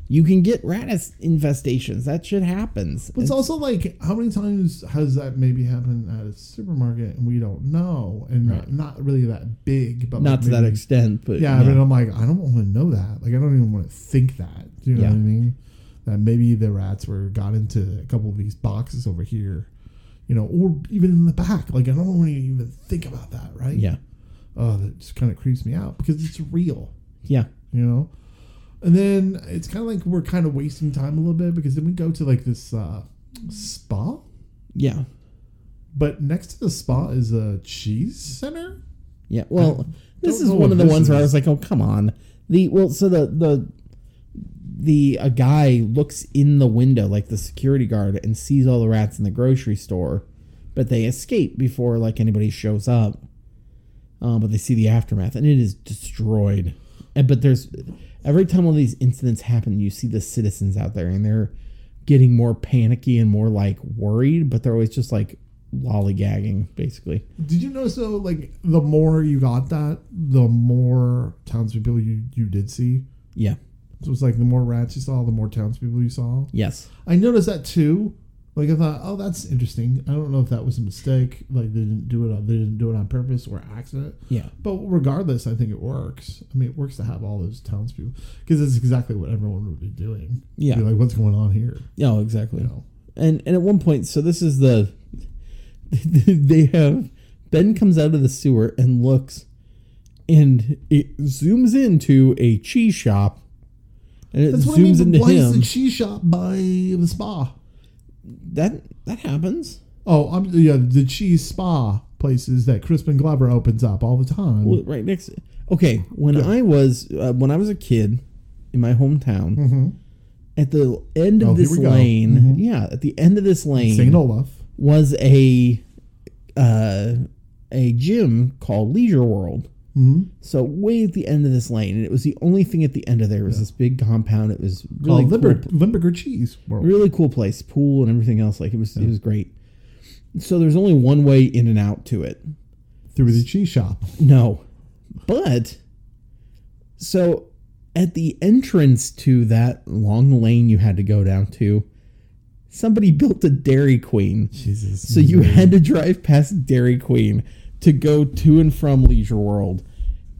you can get rat as- infestations. That shit happens. But it's also like, how many times has that maybe happened at a supermarket and we don't know, and Right. not, not really that big, but not like to that maybe- extent, but Yeah, but I'm like, I don't want to know that. Like, I don't even want to think that. Do you know what I Yeah. mean? That maybe the rats were got into a couple of these boxes over here, you know, or even in the back. Like, I don't want to even think about that, right? yeah, Oh, that just kind of creeps me out because it's real. yeah. you know and then it's kind of like we're kind of wasting time a little bit because then we go to like this uh spa Yeah. but next to the spa is a cheese center Yeah. Well, this don't is know one what of the this ones where I is. was like, "Oh, come on." The well, so the the the a guy looks in the window like the security guard and sees all the rats in the grocery store, but they escape before like anybody shows up. Um, but they see the aftermath and it is destroyed. And but there's every time one of these incidents happen, you see the citizens out there and they're getting more panicky and more like worried, but they're always just like lollygagging basically. did you notice though like the more you got that the more townspeople you you did see Yeah. so it's like the more rats you saw the more townspeople you saw Yes. i noticed that too like i thought oh that's interesting i don't know if that was a mistake like they didn't do it on they didn't do it on purpose or accident Yeah. But regardless, I think it works. I mean, it works to have all those townspeople because it's exactly what everyone would be doing. Yeah. Be like, what's going on here? No, oh, exactly. You know, And and at one point, so this is the they have Ben comes out of the sewer and looks, and it zooms into a cheese shop, and it that's what I mean. zooms but into Why is him. the cheese shop by the spa? that that happens. Oh, I'm yeah, the cheese spa places that Crispin Glover opens up all the time. Well, right next. Okay, when I was uh, when I was a kid in my hometown, at the end Mm-hmm. of Oh, here this we go. lane, yeah, at the end of this lane, Saint Olaf. was a uh, a gym called Leisure World. Mhm. So way at the end of this lane, and it was the only thing at the end of there was this big compound. It was really Really cool, Limburg, Limburger cheese world. really cool place, pool and everything else. Like it was, it was great. So there's only one way in and out to it. Through the cheese shop. No, but so at the entrance to that long lane you had to go down to, somebody built a Dairy Queen. Jesus. So you had to drive past Dairy Queen to go to and from Leisure World.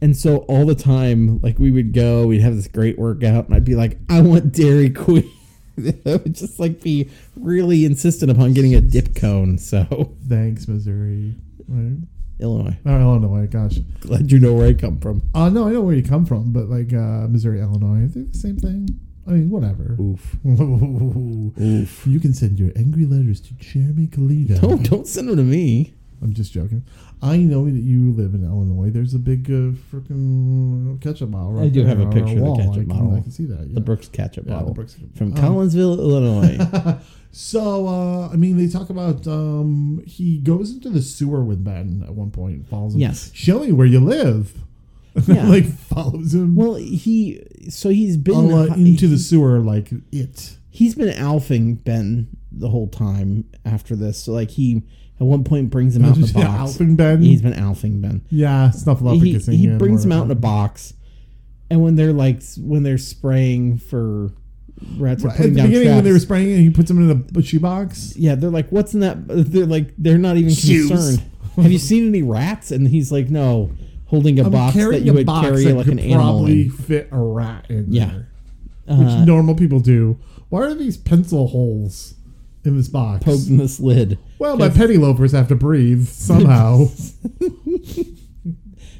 And so all the time, like we would go, we'd have this great workout, and I'd be like, I want Dairy Queen. I would just like be really insistent upon getting a dip cone. So Thanks, Missouri. Right? Illinois. Oh, Illinois. Gosh. Glad you know where I come from. Uh, no, I know where you come from, but like uh, Missouri, Illinois, they're the same thing. I mean, whatever. Oof. Oof. You can send your angry letters to Jeremy Kalita. Oh, don't send them to me. I'm just joking. I know that you live in Illinois. There's a big uh, freaking ketchup bottle. Right I do there have a on our picture of the wall. ketchup I can, bottle. I can see that. Yeah. The Brooks ketchup Yeah, the bottle Brooks- from um, Collinsville, Illinois. So, uh, I mean, they talk about um, he goes into the sewer with Ben at one point and follows him. Yes. Show me where you live. Yeah. like, follows him well, he so he's been uh, hi- into the sewer like it. he's been alfing Ben the whole time after this. So like he at one point brings him out in a Yeah, box. Alfin Ben. He's been alfing Ben. yeah, snuffle up He, kissing he him brings or- him out in a box, and when they're like s- when they're spraying for rats or At the putting down beginning, traps, when they were spraying it, he puts him in a shoebox. yeah, they're like, "What's in that?" They're like, they're not even Shoes. concerned. Have you seen any rats? And he's like, "No." Holding a box that you would carry like an animal. probably In. fit a rat in Yeah. there, Uh, which normal people do. Why are these pencil holes in this box. poked in this lid. well, my penny loafers have to breathe somehow.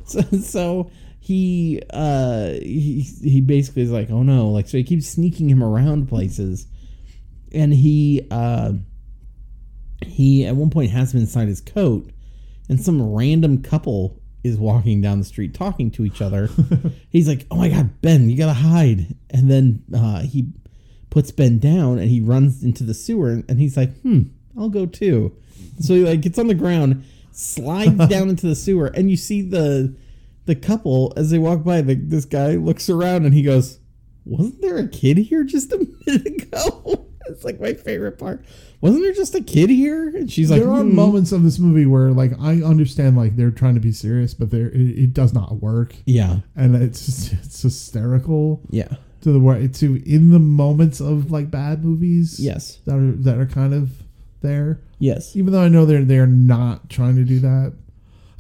So, so he uh he, he basically is like, oh no, like so he keeps sneaking him around places, and he uh he at one point has him inside his coat, and some random couple is walking down the street talking to each other. He's like, oh my god, Ben, you gotta hide, and then uh, he puts Ben down and he runs into the sewer and he's like, hmm, I'll go too. So he like gets on the ground, slides down into the sewer, and you see the the couple as they walk by, the, this guy looks around and he goes, Wasn't there a kid here just a minute ago? It's like my favorite part. Wasn't there just a kid here? And she's like, there are "Hmm." moments of this movie where, like, I understand like they're trying to be serious, but there it, it does not work, Yeah. and it's just, it's hysterical Yeah. to the way to in the moments of like bad movies. Yes. that are that are kind of there. Yes. Even though I know they're they're not trying to do that.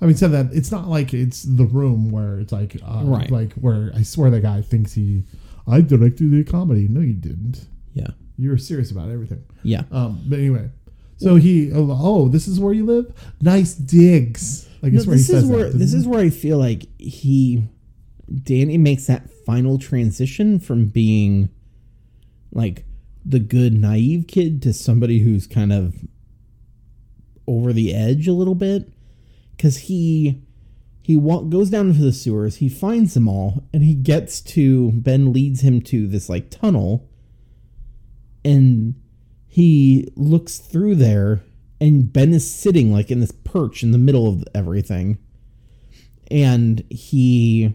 I mean, said that it's not like it's the room where it's like uh, Right. like where I swear that guy thinks he I directed a comedy. No, you didn't. Yeah. You were serious about everything. Yeah. Um, but anyway, so he oh, oh this is where you live. Nice digs. Like No, it's where he this says is where that. this is where I feel like he Danny makes that final transition from being like the good naive kid to somebody who's kind of over the edge a little bit cuz he he wa- goes down into the sewers, he finds them all and he gets to Ben leads him to this like tunnel and he looks through there and ben is sitting like in this perch in the middle of everything and he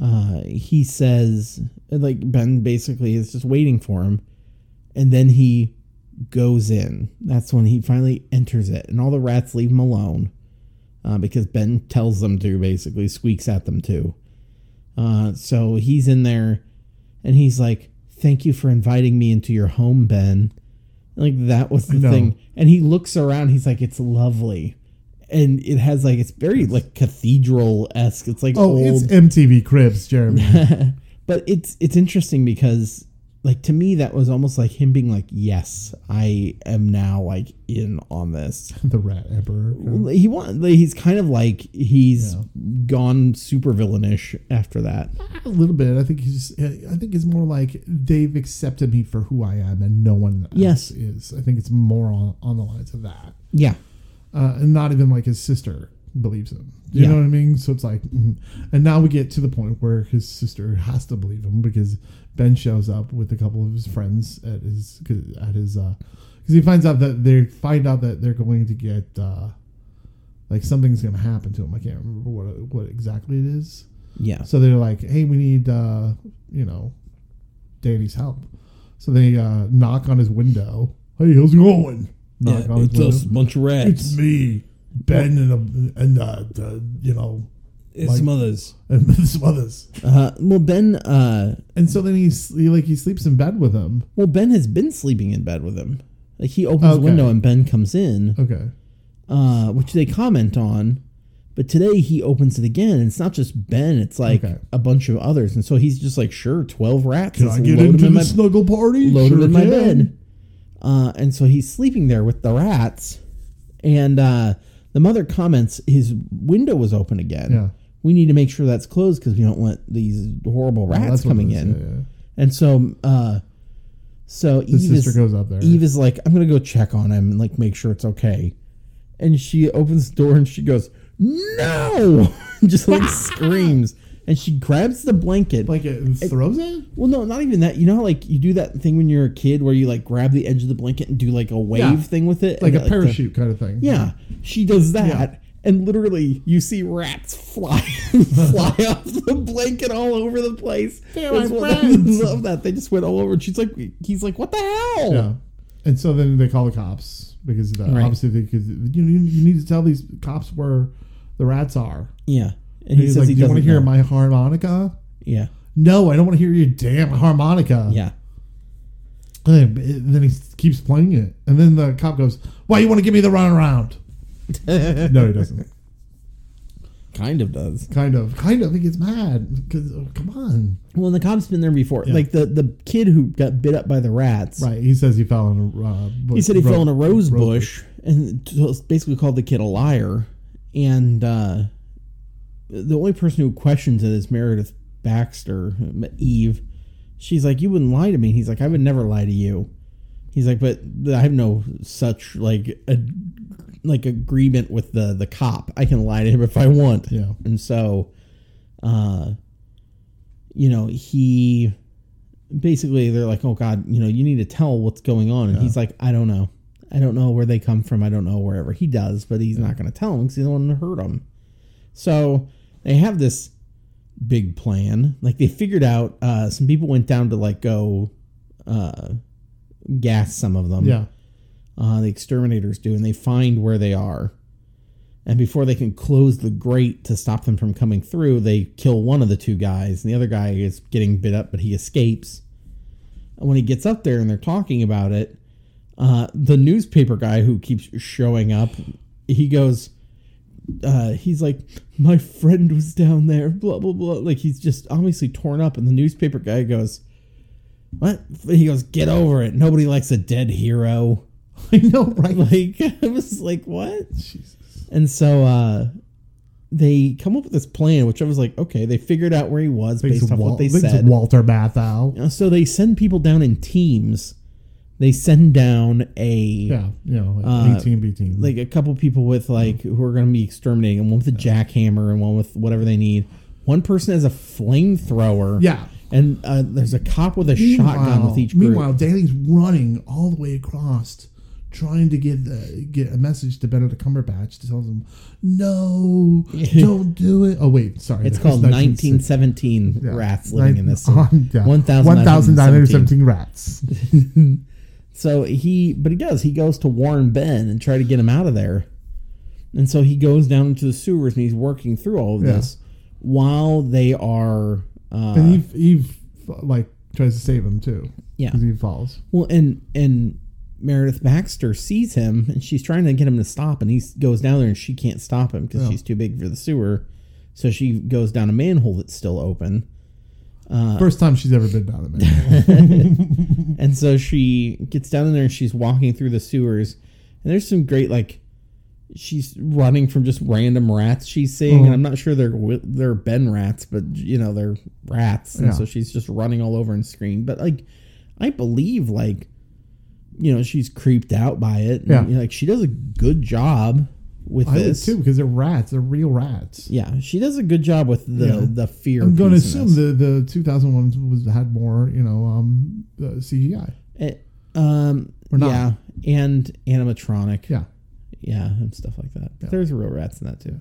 uh he says like ben basically is just waiting for him and then he goes in that's when he finally enters it and all the rats leave him alone uh, because ben tells them to basically squeaks at them to uh so he's in there and he's like thank you for inviting me into your home ben like that was the know. thing and he looks around he's like it's lovely and it has like it's very like cathedral esque. It's like oh, old, it's MTV Cribs, Jeremy. but it's it's interesting because like to me that was almost like him being like, yes, I am now like in on this. the Rat Emperor. He want like, he's kind of like he's Yeah. gone super villainish after that. A little bit. I think he's. I think it's more like they've accepted me for who I am, and no one else Yes. is. I think it's more on, on the lines of that, Yeah, uh, and not even like his sister believes him. You Yeah. know what I mean? So it's like, mm. and now we get to the point where his sister has to believe him because Ben shows up with a couple of his friends at his at his because he finds out that they find out that they're going to get uh, like something's going to happen to him. I can't remember what what exactly it is. yeah, So they're like, hey, we need, uh, you know, Danny's help. So they uh, knock on his window. Hey, how's it going? Knock on his window. bunch of It's me, Ben, and, a, and uh, the, you know, like- others. and some others. Uh, well, Ben. Uh, And so then he's he, like, he sleeps in bed with him. well, Ben has been sleeping in bed with him. Like he opens the Okay. window and Ben comes in. Okay. uh, which they comment on. But today he opens it again, and it's not just Ben; it's like Okay. a bunch of others. And so he's just like, "Sure, twelve rats. Can Let's I get load 'em into in the my, snuggle party? load 'em Sure in my can. bed." Uh, and so he's sleeping there with the rats, and uh, the mother comments his window was open again. Yeah. We need to make sure that's closed because we don't want these horrible Well, rats what coming it is, in. yeah, yeah. And so, uh, so Eve His sister is, goes up there. Eve is like, I'm gonna go check on him and like make sure it's okay. And she opens the door and she goes, No! Just like screams. And she grabs the blanket. Like, like it and throws it? well, no, not even that. You know how like you do that thing when you're a kid where you like grab the edge of the blanket and do like a wave Yeah. thing with it? Like And a it, the- parachute kind of thing. yeah. She does that. And literally, you see rats fly fly off the blanket all over the place. They're my That's what- I friends. love that. They just went all over. And she's like, he's like, what the hell? Yeah. And so then they call the cops because the, Right. obviously they could, you, know, you you need to tell these cops where the rats are. Yeah. And And he he's says like, he "Do you doesn't want to hear know. my harmonica?" Yeah. No, I don't want to hear your damn harmonica. Yeah. And then he keeps playing it, and then the cop goes, "Why you want to give me the runaround?" no, he doesn't. kind of does. Kind of, kind of. He gets mad because oh, come on, Well, and the cop's been there before. Yeah. Like the the kid who got bit up by the rats. right? He says he fell in a. Uh, bu- He said he ro- fell in a rose ro- bush and t- basically called the kid a liar. And uh, the only person who questions it is Meredith Baxter, Eve. She's like, "You wouldn't lie to me." He's like, "I would never lie to you." He's like, "But I have no such like a like agreement with the the cop. I can lie to him if I want." Yeah, And so, uh, you know, he basically they're like, "Oh God, you know, you need to tell what's going on." And he's like, "I don't know. I don't know where they come from. I don't know wherever he does, but he's not going to tell them because he don't want to hurt them." So they have this big plan. Like they figured out uh, some people went down to like go uh, gas some of them yeah. uh, the exterminators do, and they find where they are. And before they can close the grate to stop them from coming through, they kill one of the two guys, and the other guy is getting bit up, but he escapes. And when he gets up there and they're talking about it, uh, the newspaper guy who keeps showing up, he goes, uh, he's like, my friend was down there, blah, blah, blah. Like he's just obviously torn up. And the newspaper guy goes, what? He goes, get over it. Nobody likes a dead hero. I know, right? Like I was like, what? Jesus. And so uh they come up with this plan, which I was like, okay, they figured out where he was Thanks, based to off Wal- what they thanks to said. Walter Matthau. Uh, so they send people down in teams. They send down a Yeah, you know, Uh, like 18 B team. like a couple people with like who are going to be exterminating, and one with a jackhammer, and one with whatever they need. One person has a flamethrower. yeah. And uh, there's a cop with a shotgun Meanwhile- with each group. Meanwhile, Daly's running all the way across, trying to get the, get a message to Benedict Cumberbatch to tell him, "No, don't do it." Oh wait, sorry. It's that was called 1917 rats living in this. Nine- yeah. One thousand nine hundred 1,917 seventeen. rats. So he, but he does. He goes to Warren Ben and try to get him out of there. And so he goes down into the sewers and he's working through all of Yeah. this while they are. Uh, and Eve, Eve like tries to save him too. Yeah. 'cause he falls. well, and and Meredith Baxter sees him and she's trying to get him to stop, and he s- goes down there and she can't stop him because Yeah. she's too big for the sewer. So she goes down a manhole that's still open. Uh, First time she's ever been down a man. And so she gets down in there and she's walking through the sewers. And there's some great like she's running from just random rats she's seeing, Mm-hmm. and I'm not sure they're wi- they're Ben rats, but you know they're rats. And Yeah. so she's just running all over and screaming. But like, I believe like you know she's creeped out by it. And, Yeah. you know, like she does a good job with I would this. too because they're rats. They're real rats. Yeah, she does a good job with the Yeah. the fear. I'm going to piece in assume this. the the 2001 was had more you know um uh, CGI. It- um, Or not. yeah, and animatronic. Yeah. Yeah, and stuff like that. But There's real rats in that too.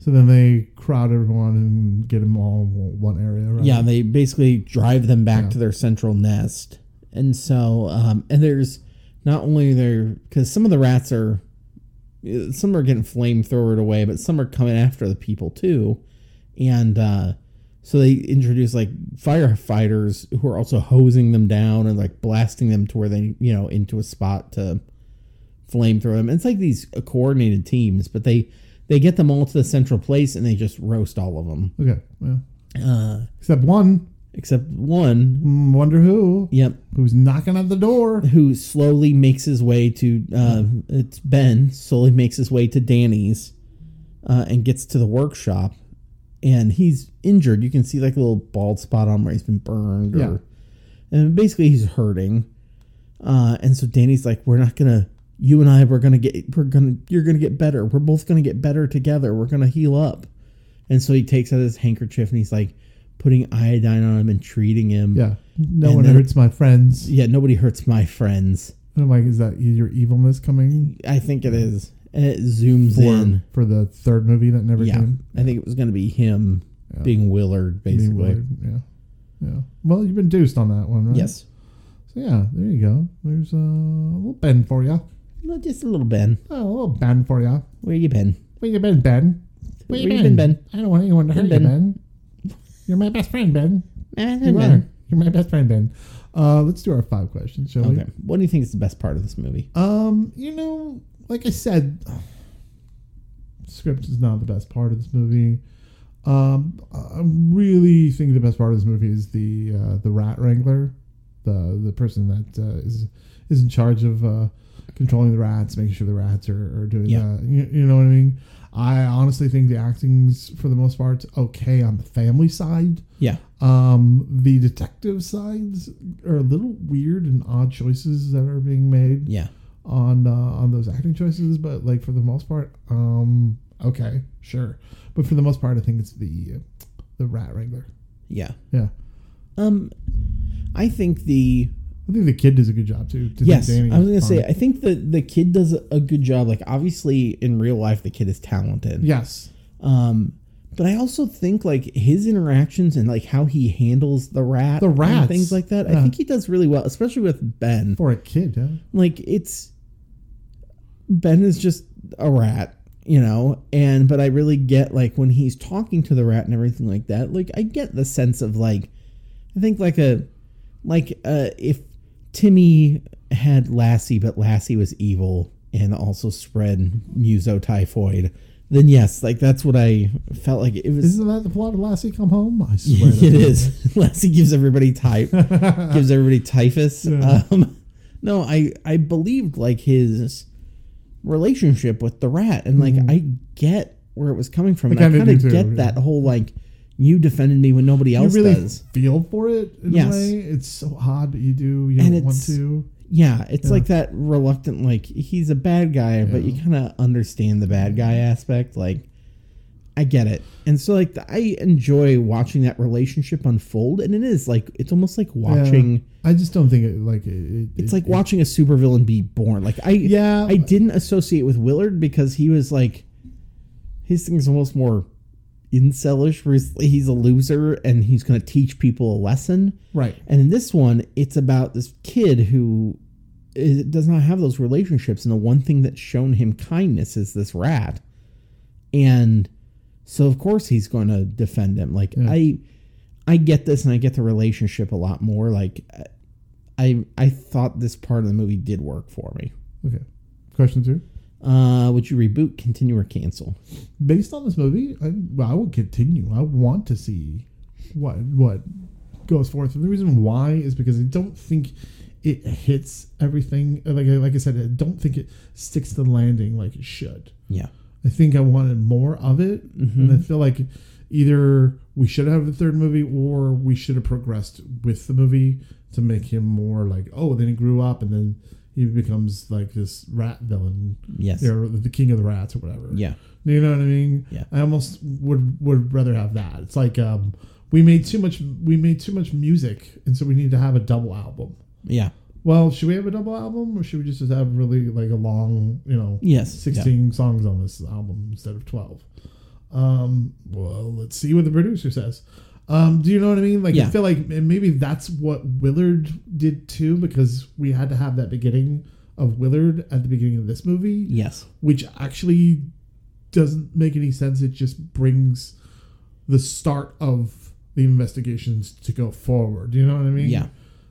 So then they crowd everyone and get them all in one area, right? Yeah, they basically drive them back Yeah. to their central nest, and so um, and there's not only there because some of the rats are uh, some are getting flamethrowered away, but some are coming after the people too, and uh, so they introduce like firefighters who are also hosing them down and like blasting them to where they you know into a spot to flamethrower them. And it's like these uh, coordinated teams, but they they get them all to the central place and they just roast all of them. Okay. Well, Uh, except one. except one. Mm, Wonder who? Yep, Who's knocking at the door? who slowly makes his way to uh, it's Ben slowly makes his way to Danny's, uh, and gets to the workshop, and he's injured. You can see like a little bald spot on where he's been burned, or, Yeah. and basically he's hurting. Uh, and so Danny's like, "We're not gonna. You and I, we're gonna get. We're gonna. You're gonna get better. We're both gonna get better together. We're gonna heal up." And so he takes out his handkerchief and he's like putting iodine on him and treating him. Yeah. No And one then- hurts my friends. Yeah, nobody hurts my friends. And I'm like, is that your evilness coming I think it is. And it zooms for, in. for the third movie that never Yeah. came? I think it was going to be him Yeah. being Willard, Being basically. Willard, Yeah. Yeah. Well, you've been deuced on that one, right? Yes. So yeah, there you go. There's uh, a little Ben for you. Not just a little Ben. Oh, a little Ben for you. Where you been? Where you been, Ben? Where you been, Ben? I don't want anyone to hurt you, Ben. Ben. You're my best friend, Ben. Eh, You Ben. are. You're my best friend, Ben. Uh, let's do our five questions, shall Okay. we? What do you Uh, think is the best part of this movie? Um, you know, like I said, script is not the best part of this movie. Um, I really think the best part of this movie is the uh, the rat wrangler, the the person that uh, is is in charge of uh, controlling the rats, making sure the rats are, are doing Yeah. that. You, you know what I mean? I honestly think the acting's for the most part okay on the family side. Yeah. Um, the detective sides are a little weird and odd choices that are being made Yeah. on uh, on those acting choices, but like for the most part, um, okay, sure. But for the most part, I think it's the uh, the rat wrangler. Yeah. Yeah, Um, I think the I think the kid does a good job too. To yes, I Danny was gonna is say fine. I think the the kid does a good job. Like obviously in real life, the kid is talented. yes, Um, but I also think like his interactions and like how he handles the rat, The and rats. things like that. I Yeah. think he does really well, especially with Ben. for a kid. Yeah, Like it's Ben is just a rat, you know. And but I really get like when he's talking to the rat and everything like that. Like I get the sense of like I think like a like uh if Timmy had Lassie, but Lassie was evil and also spread muso typhoid. Then yes, like that's what I felt like. It was isn't that the plot of Lassie Come Home? I swear it is. Lassie gives everybody type, gives everybody typhus. Um, no, I I believed like his relationship with the rat, and like I get where it was coming from. and I Mm-hmm. kinda kind of do too, get yeah. that whole like you defended me when nobody You else really does. feel for it in Yes. a way. It's so odd, but you do. You And don't want it's- to. Yeah, it's like that reluctant like he's a bad guy, but you kind of understand the bad guy aspect. Like I get it, and so like I enjoy watching that relationship unfold, and it is like it's almost like watching. I just don't think it like it. it It's it- like watching a supervillain be born. Like I Yeah. I didn't associate with Willard because he was like his thing's almost more incelish where he's, he's a loser and he's gonna teach people a lesson. right. And in this one, it's about this kid who is, does not have those relationships, and the one thing that's shown him kindness is this rat. And so, of course, he's going to defend him. Like I, I get this, and I get the relationship a lot more. Like I, I thought this part of the movie did work for me. Okay. Question two. Uh, would you reboot, continue, or cancel? based on this movie, I, well, I would continue. I want to see what what goes forth. And the reason why is because I don't think it hits everything. Like I- like I said, I don't think it sticks to the landing like it should. Yeah, I think I wanted more of it, and I feel like either we should have a third movie or we should have progressed with the movie to make him more like oh then he grew up and then he becomes like this rat villain Yes. or the king of the rats or whatever yeah, you know what I mean? Yeah. I almost would would rather have that. It's like um, we made too much we made too much music, and so we need to have a double album. yeah, Well, should we have a double album, or should we just have really like a long, you know, yes, yeah. sixteen songs on this album instead of twelve? Um, well, let's see what the producer says. Um, do you know what I mean? Like, Yeah. I feel like and maybe that's what Willard did too, because we had to have that beginning of Willard at the beginning of this movie yes, which actually doesn't make any sense. It just brings the start of the investigations to go forward. You know what I mean? Yeah.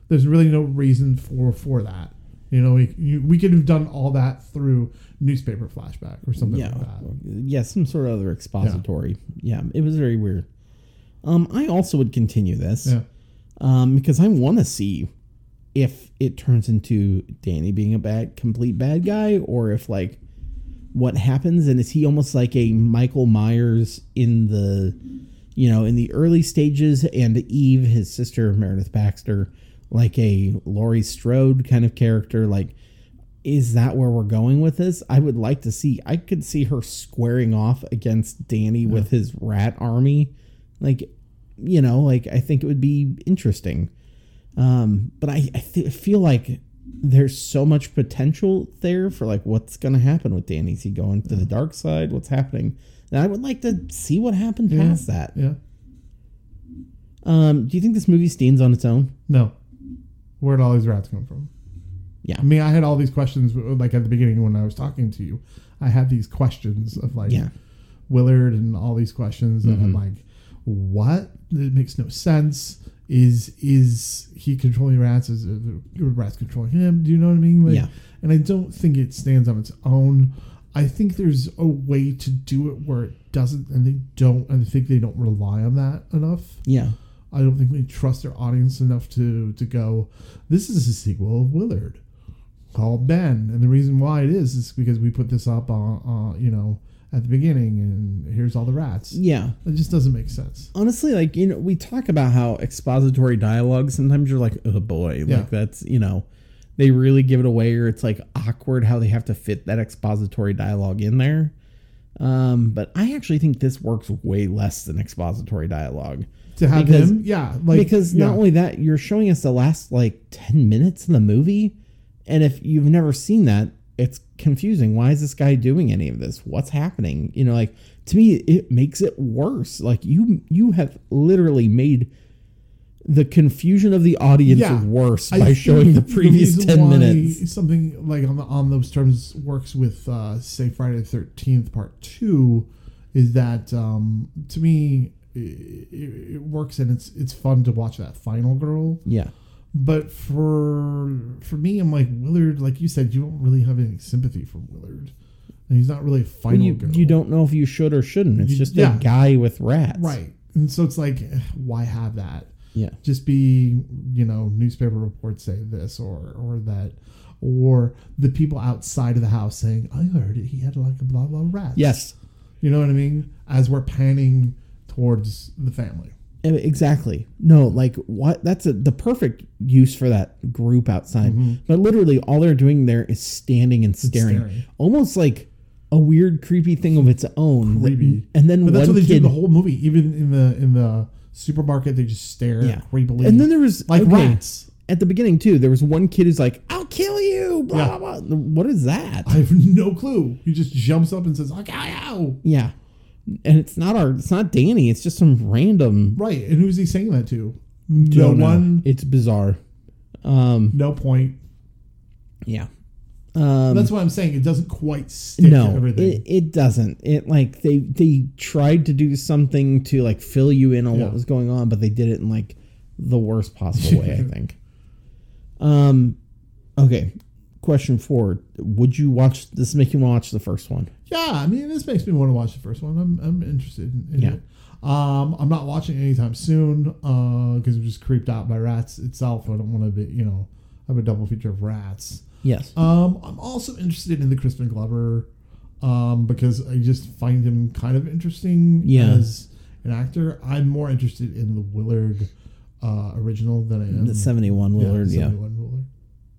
There's really no reason for for that. You know, we you, we could have done all that through newspaper flashback or something yeah, like that. yeah, some sort of other expository. Yeah. it was very weird. Um, I also would continue this, Yeah. um, because I want to see if it turns into Danny being a bad, complete bad guy, or if like what happens, and is he almost like a Michael Myers in the, you know, in the early stages, and Eve, his sister Meredith Baxter, like a Laurie Strode kind of character, like is that where we're going with this? I would like to see. I could see her squaring off against Danny with his rat army. Like, you know, like I think it would be interesting. Um, but I, I th- feel like there's so much potential there for like what's going to happen with Danny. Is he going to the dark side? What's happening? And I would like to see what happened past that. Yeah. Um, do you think this movie stands on its own? No. Where'd all these rats come from? Yeah. I mean, I had all these questions like at the beginning when I was talking to you. I had these questions of like Yeah. Mm-hmm. Willard and all these questions, and I'm like, what? It makes no sense. Is is he controlling rats? Is it the rats controlling him? Do you know what I mean? Like, Yeah. And I don't think it stands on its own. I think there's a way to do it where it doesn't, and they don't, and I think they don't rely on that enough. Yeah. I don't think they trust their audience enough to to go. This is a sequel of Willard called Ben, and the reason why it is is because we put this up on, uh, you know, at the beginning, and here's all the rats. Yeah. It just doesn't make sense. honestly, like you know, we talk about how expository dialogue sometimes you're like, oh boy, Yeah. like that's you know, they really give it away, or it's like awkward how they have to fit that expository dialogue in there. Um, but I actually think this works way less than expository dialogue To have Because- him, yeah, like because yeah. not only that, you're showing us the last like ten minutes of the movie, and if you've never seen that, it's confusing. Why is this guy doing any of this? What's happening? You know, like to me, it makes it worse. Like you, you have literally made the confusion of the audience Yeah. worse I by think showing the previous reason ten why minutes. Something like on the, on those terms works with uh, say Friday the Thirteenth Part Two, is that um, to me it, it, it works and it's it's fun to watch that final girl. Yeah, But for for me, I'm like Willard. Like you said, you don't really have any sympathy for Willard, and he's not really a final you girl. you don't know if you should or shouldn't. It's You- just yeah. a guy with rats, right, and so it's like eh, why have that? Yeah, just be you know newspaper reports say this or or that or the people outside of the house saying i heard it. he had like a blah blah rat yes, you know what i mean as we're panning towards the family Uh, Exactly. No, like what? That's a, the perfect use for that group outside. Mm-hmm. But literally, all they're doing there is standing and staring, staring. almost like a weird, creepy thing of its own. that- Creepy. And then but that's one what they do kid, in the whole movie even in the in the supermarket they just stare yeah. creepily And then there was like okay, rats at the beginning too. There was one kid who's like, "I'll kill you." Blah Yeah. blah blah. What is that? i have no clue he just jumps up and says like ow, ow. yeah. And it's not our. It's not Danny. It's just some random. right and who's he saying that to no don't know. one It's bizarre. Um. no point Yeah. Um, that's what i'm saying it doesn't quite stick to everything It, it doesn't. It like they they tried to do something to like fill you in on Yeah. what was going on, but they did it in like the worst possible way, I think. Um okay. Question four. Would you watch this make you want to watch the first one? Yeah, I mean, this makes me want to watch the first one. I'm, I'm interested in, in Yeah. it. Um, I'm not watching it anytime soon because I'm just creeped out by rats itself. I don't want to be, you know, have a double feature of rats. Yes. Um, I'm also interested in the Crispin Glover um, because I just find him kind of interesting Yeah. as an actor. I'm more interested in the Willard uh, original than I am the seventy one yeah, Willard, yeah. 71 Willard.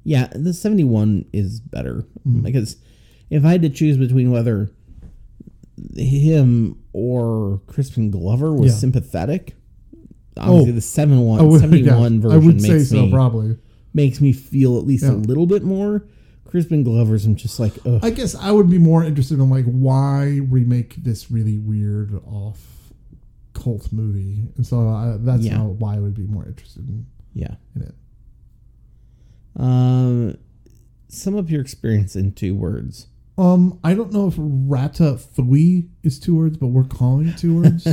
Yeah, the 71 is better Mm-hmm. because if I had to choose between whether him or Crispin Glover was Yeah. sympathetic, obviously Oh. the 71, I would- yeah, 71 version I would makes, say so, me, probably. makes me feel at least Yeah. a little bit more. Crispin Glover's, I'm just like, ugh. I guess I would be more interested in like why remake this really weird off cult movie, and so I, that's Yeah. how, why I would be more interested in, yeah. in it. Um, sum up your experience in two words. Um, I don't know if ratatouille is two words, but we're calling it two words.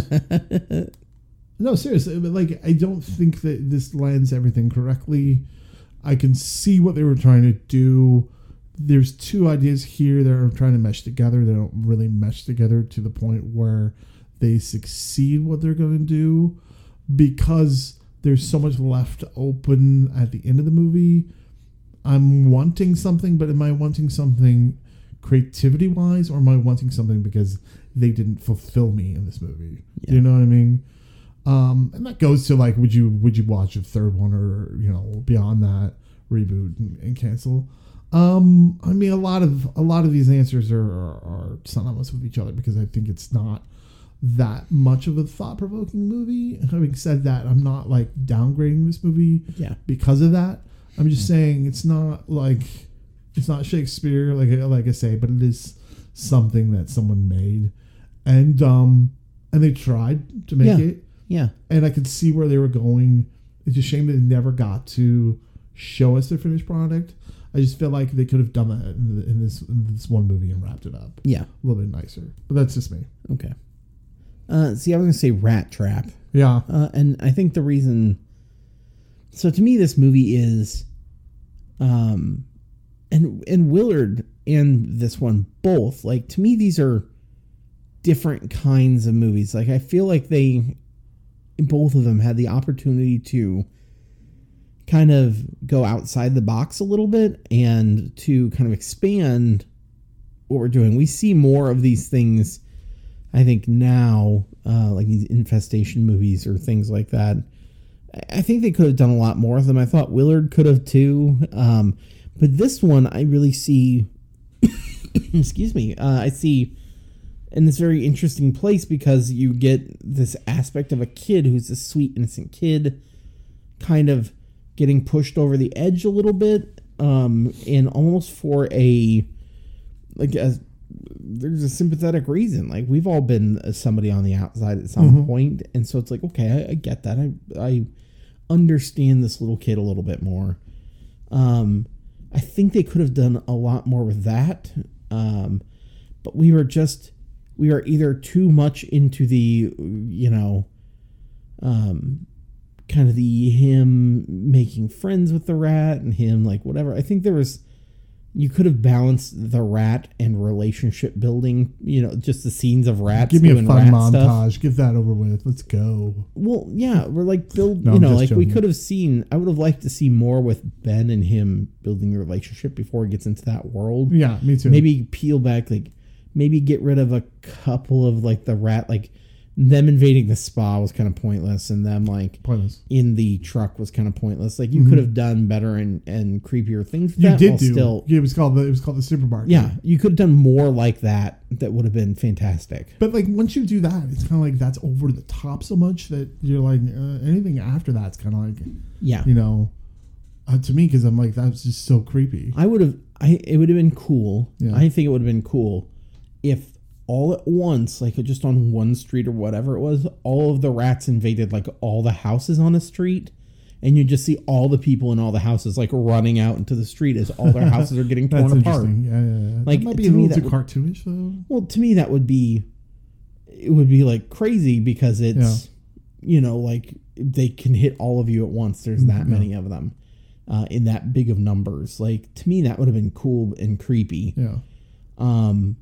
no, seriously, but like I don't think that this lands everything correctly. I can see what they were trying to do. There's two ideas here that are trying to mesh together. They don't really mesh together to the point where they succeed what they're going to do because there's so much left open at the end of the movie. I'm wanting something, but am I wanting something creativity wise, or am I wanting something because they didn't fulfill me in this movie? Do you know what I mean? Um, and that goes to like, would you would you watch a third one or you know beyond that reboot and, and cancel? Um, I mean, a lot of a lot of these answers are are, are synonymous with each other because I think it's not that much of a thought provoking movie. Having said that, I'm not like downgrading this movie Yeah. because of that. I'm just saying it's not like it's not Shakespeare, like like I say, but it is something that someone made, and um, and they tried to make Yeah. it, Yeah. and I could see where they were going. It's a shame that they never got to show us their finished product. I just feel like they could have done that in, the, in this in this one movie and wrapped it up Yeah. a little bit nicer. But that's just me. Okay. Uh, see, I was going to say rat trap. Yeah, Uh, and I think the reason. So to me, this movie is, um, and and Willard and this one both. Like to me, these are different kinds of movies. Like I feel like they both of them had the opportunity to kind of go outside the box a little bit and to kind of expand what we're doing. We see more of these things, I think, now, uh, like these infestation movies or things like that. I- I think they could have done a lot more of them. I thought Willard could have too. Um, but this one, I really see, excuse me, uh, I see in this very interesting place because you get this aspect of a kid who's a sweet, innocent kid kind of getting pushed over the edge a little bit um and almost for a like a, there's a sympathetic reason like we've all been uh, somebody on the outside at some point. and so it's like okay I, I get that i i understand this little kid a little bit more um i think they could have done a lot more with that um but we were just we are either too much into the you know um kind of the him making friends with the rat and him like whatever. I think there was you could have balanced the rat and relationship building, you know, just the scenes of rats. Give me a doing fun rat stuff. montage. Get that over with. Let's go. Well, yeah, we're like build, No, you I'm know, just like we joking. could have seen. I would have liked to see more with Ben and him building a relationship before he gets into that world Yeah, me too. maybe peel back like maybe get rid of a couple of like the rat like them invading the spa was kind of pointless and them like Pointless. in the truck was kind of pointless like you could have done better and and creepier things Mm-hmm. with you that did while do. still it was called the it was called the supermarket. yeah you could have done more like that that would have been fantastic But like once you do that, it's kind of like that's over the top so much that you're like uh, anything after that's kind of like yeah you know uh, to me because I'm like that's just so creepy. I would have. I it would have been cool. Yeah. I think it would have been cool if all at once, like just on one street or whatever it was, all of the rats invaded like all the houses on a street, and you just see all the people in all the houses like running out into the street as all their houses are getting That's torn apart. interesting. Yeah, yeah, yeah. Like, that might be to a me, little that too cartoonish though. Well, to me, that would be it would be like crazy because it's you know like they can hit all of you at once. There's Mm-hmm. that many of them. Uh, in that big of numbers, like to me, that would have been cool and creepy. Yeah. Um,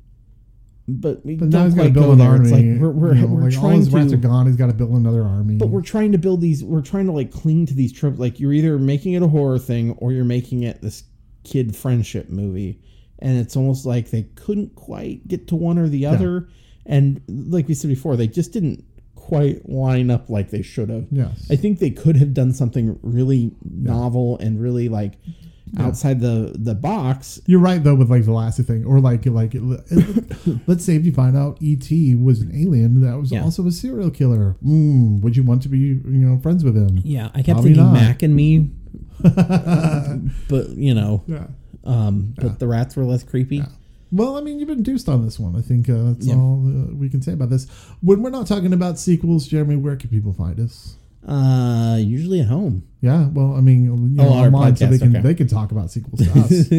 but we But now don't he's got to quite build go an there. army. It's like we're, we're, you know, we're like all trying his rats to, are gone. He's got to build another army. but we're trying to build these. We're trying to like cling to these tropes. Like you're either making it a horror thing or you're making it this kid friendship movie, and it's almost like they couldn't quite get to one or the other. And like we said before, they just didn't quite line up like they should have. yes. I think they could have done something really novel and really like outside the the box. You're right though with like the last thing, or like like it- it- let's say if you find out ET was an alien that was Yeah. also a serial killer. Mm, would you want to be you know friends with him? Yeah, I kept Probably not. thinking Mac and me, but you know, Yeah. um, but the rats were less creepy. Well, I mean, you've been deuced on this one. I think uh, that's Yeah. all uh, we can say about this. When we're not talking about sequels, Jeremy, where can people find us? Uh, usually at home. Yeah, well, I mean, you Oh, know, our online, so they podcast, can okay. they can talk about sequels to us.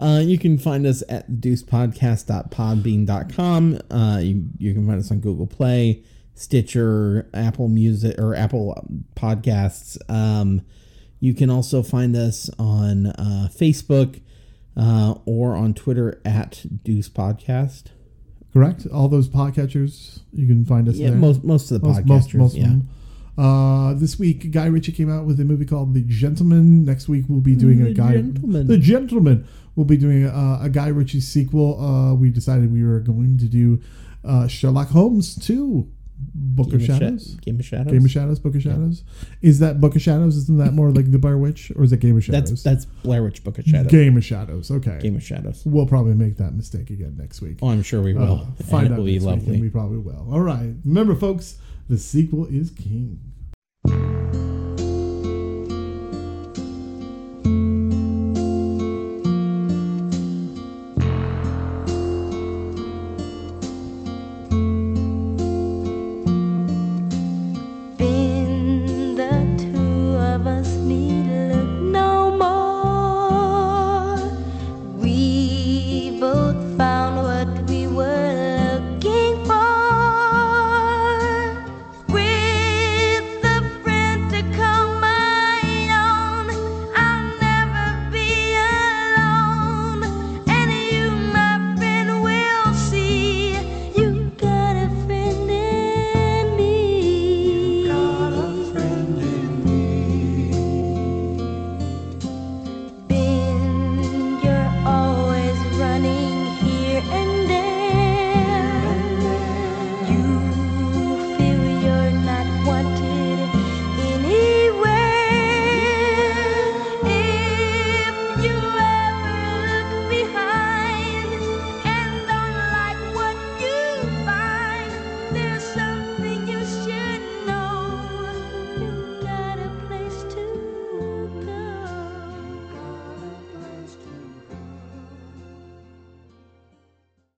uh, you can find us at deucepodcast.podbean.com. Uh, you, you can find us on Google Play, Stitcher, Apple Music, or Apple Podcasts. Um, you can also find us on uh, Facebook uh, or on Twitter at Deuce Podcast. Correct. All those podcatchers, you can find us Yeah, there. most most of the most most, podcasters. most yeah. of them. Uh, this week, Guy Ritchie came out with a movie called The Gentleman. Next week, we'll be doing a The Guy Gentleman. The Gentleman. We'll be doing uh, a, a Guy Ritchie sequel. Uh, we decided we were going to do uh, Sherlock Holmes two, Book Game of Sha- Shadows. Game of Shadows. Game of Shadows, Book of Shadows. Is that Book of Shadows? Isn't that more like the Blair Witch, or is it Game of Shadows? That's that's Blair Witch Book of Shadows. Game of Shadows. Okay, Game of Shadows. we'll probably make that mistake again next week. Oh, I'm sure we Uh, will. and it will be next week, and lovely. we probably will. All right, remember, folks, the sequel is king.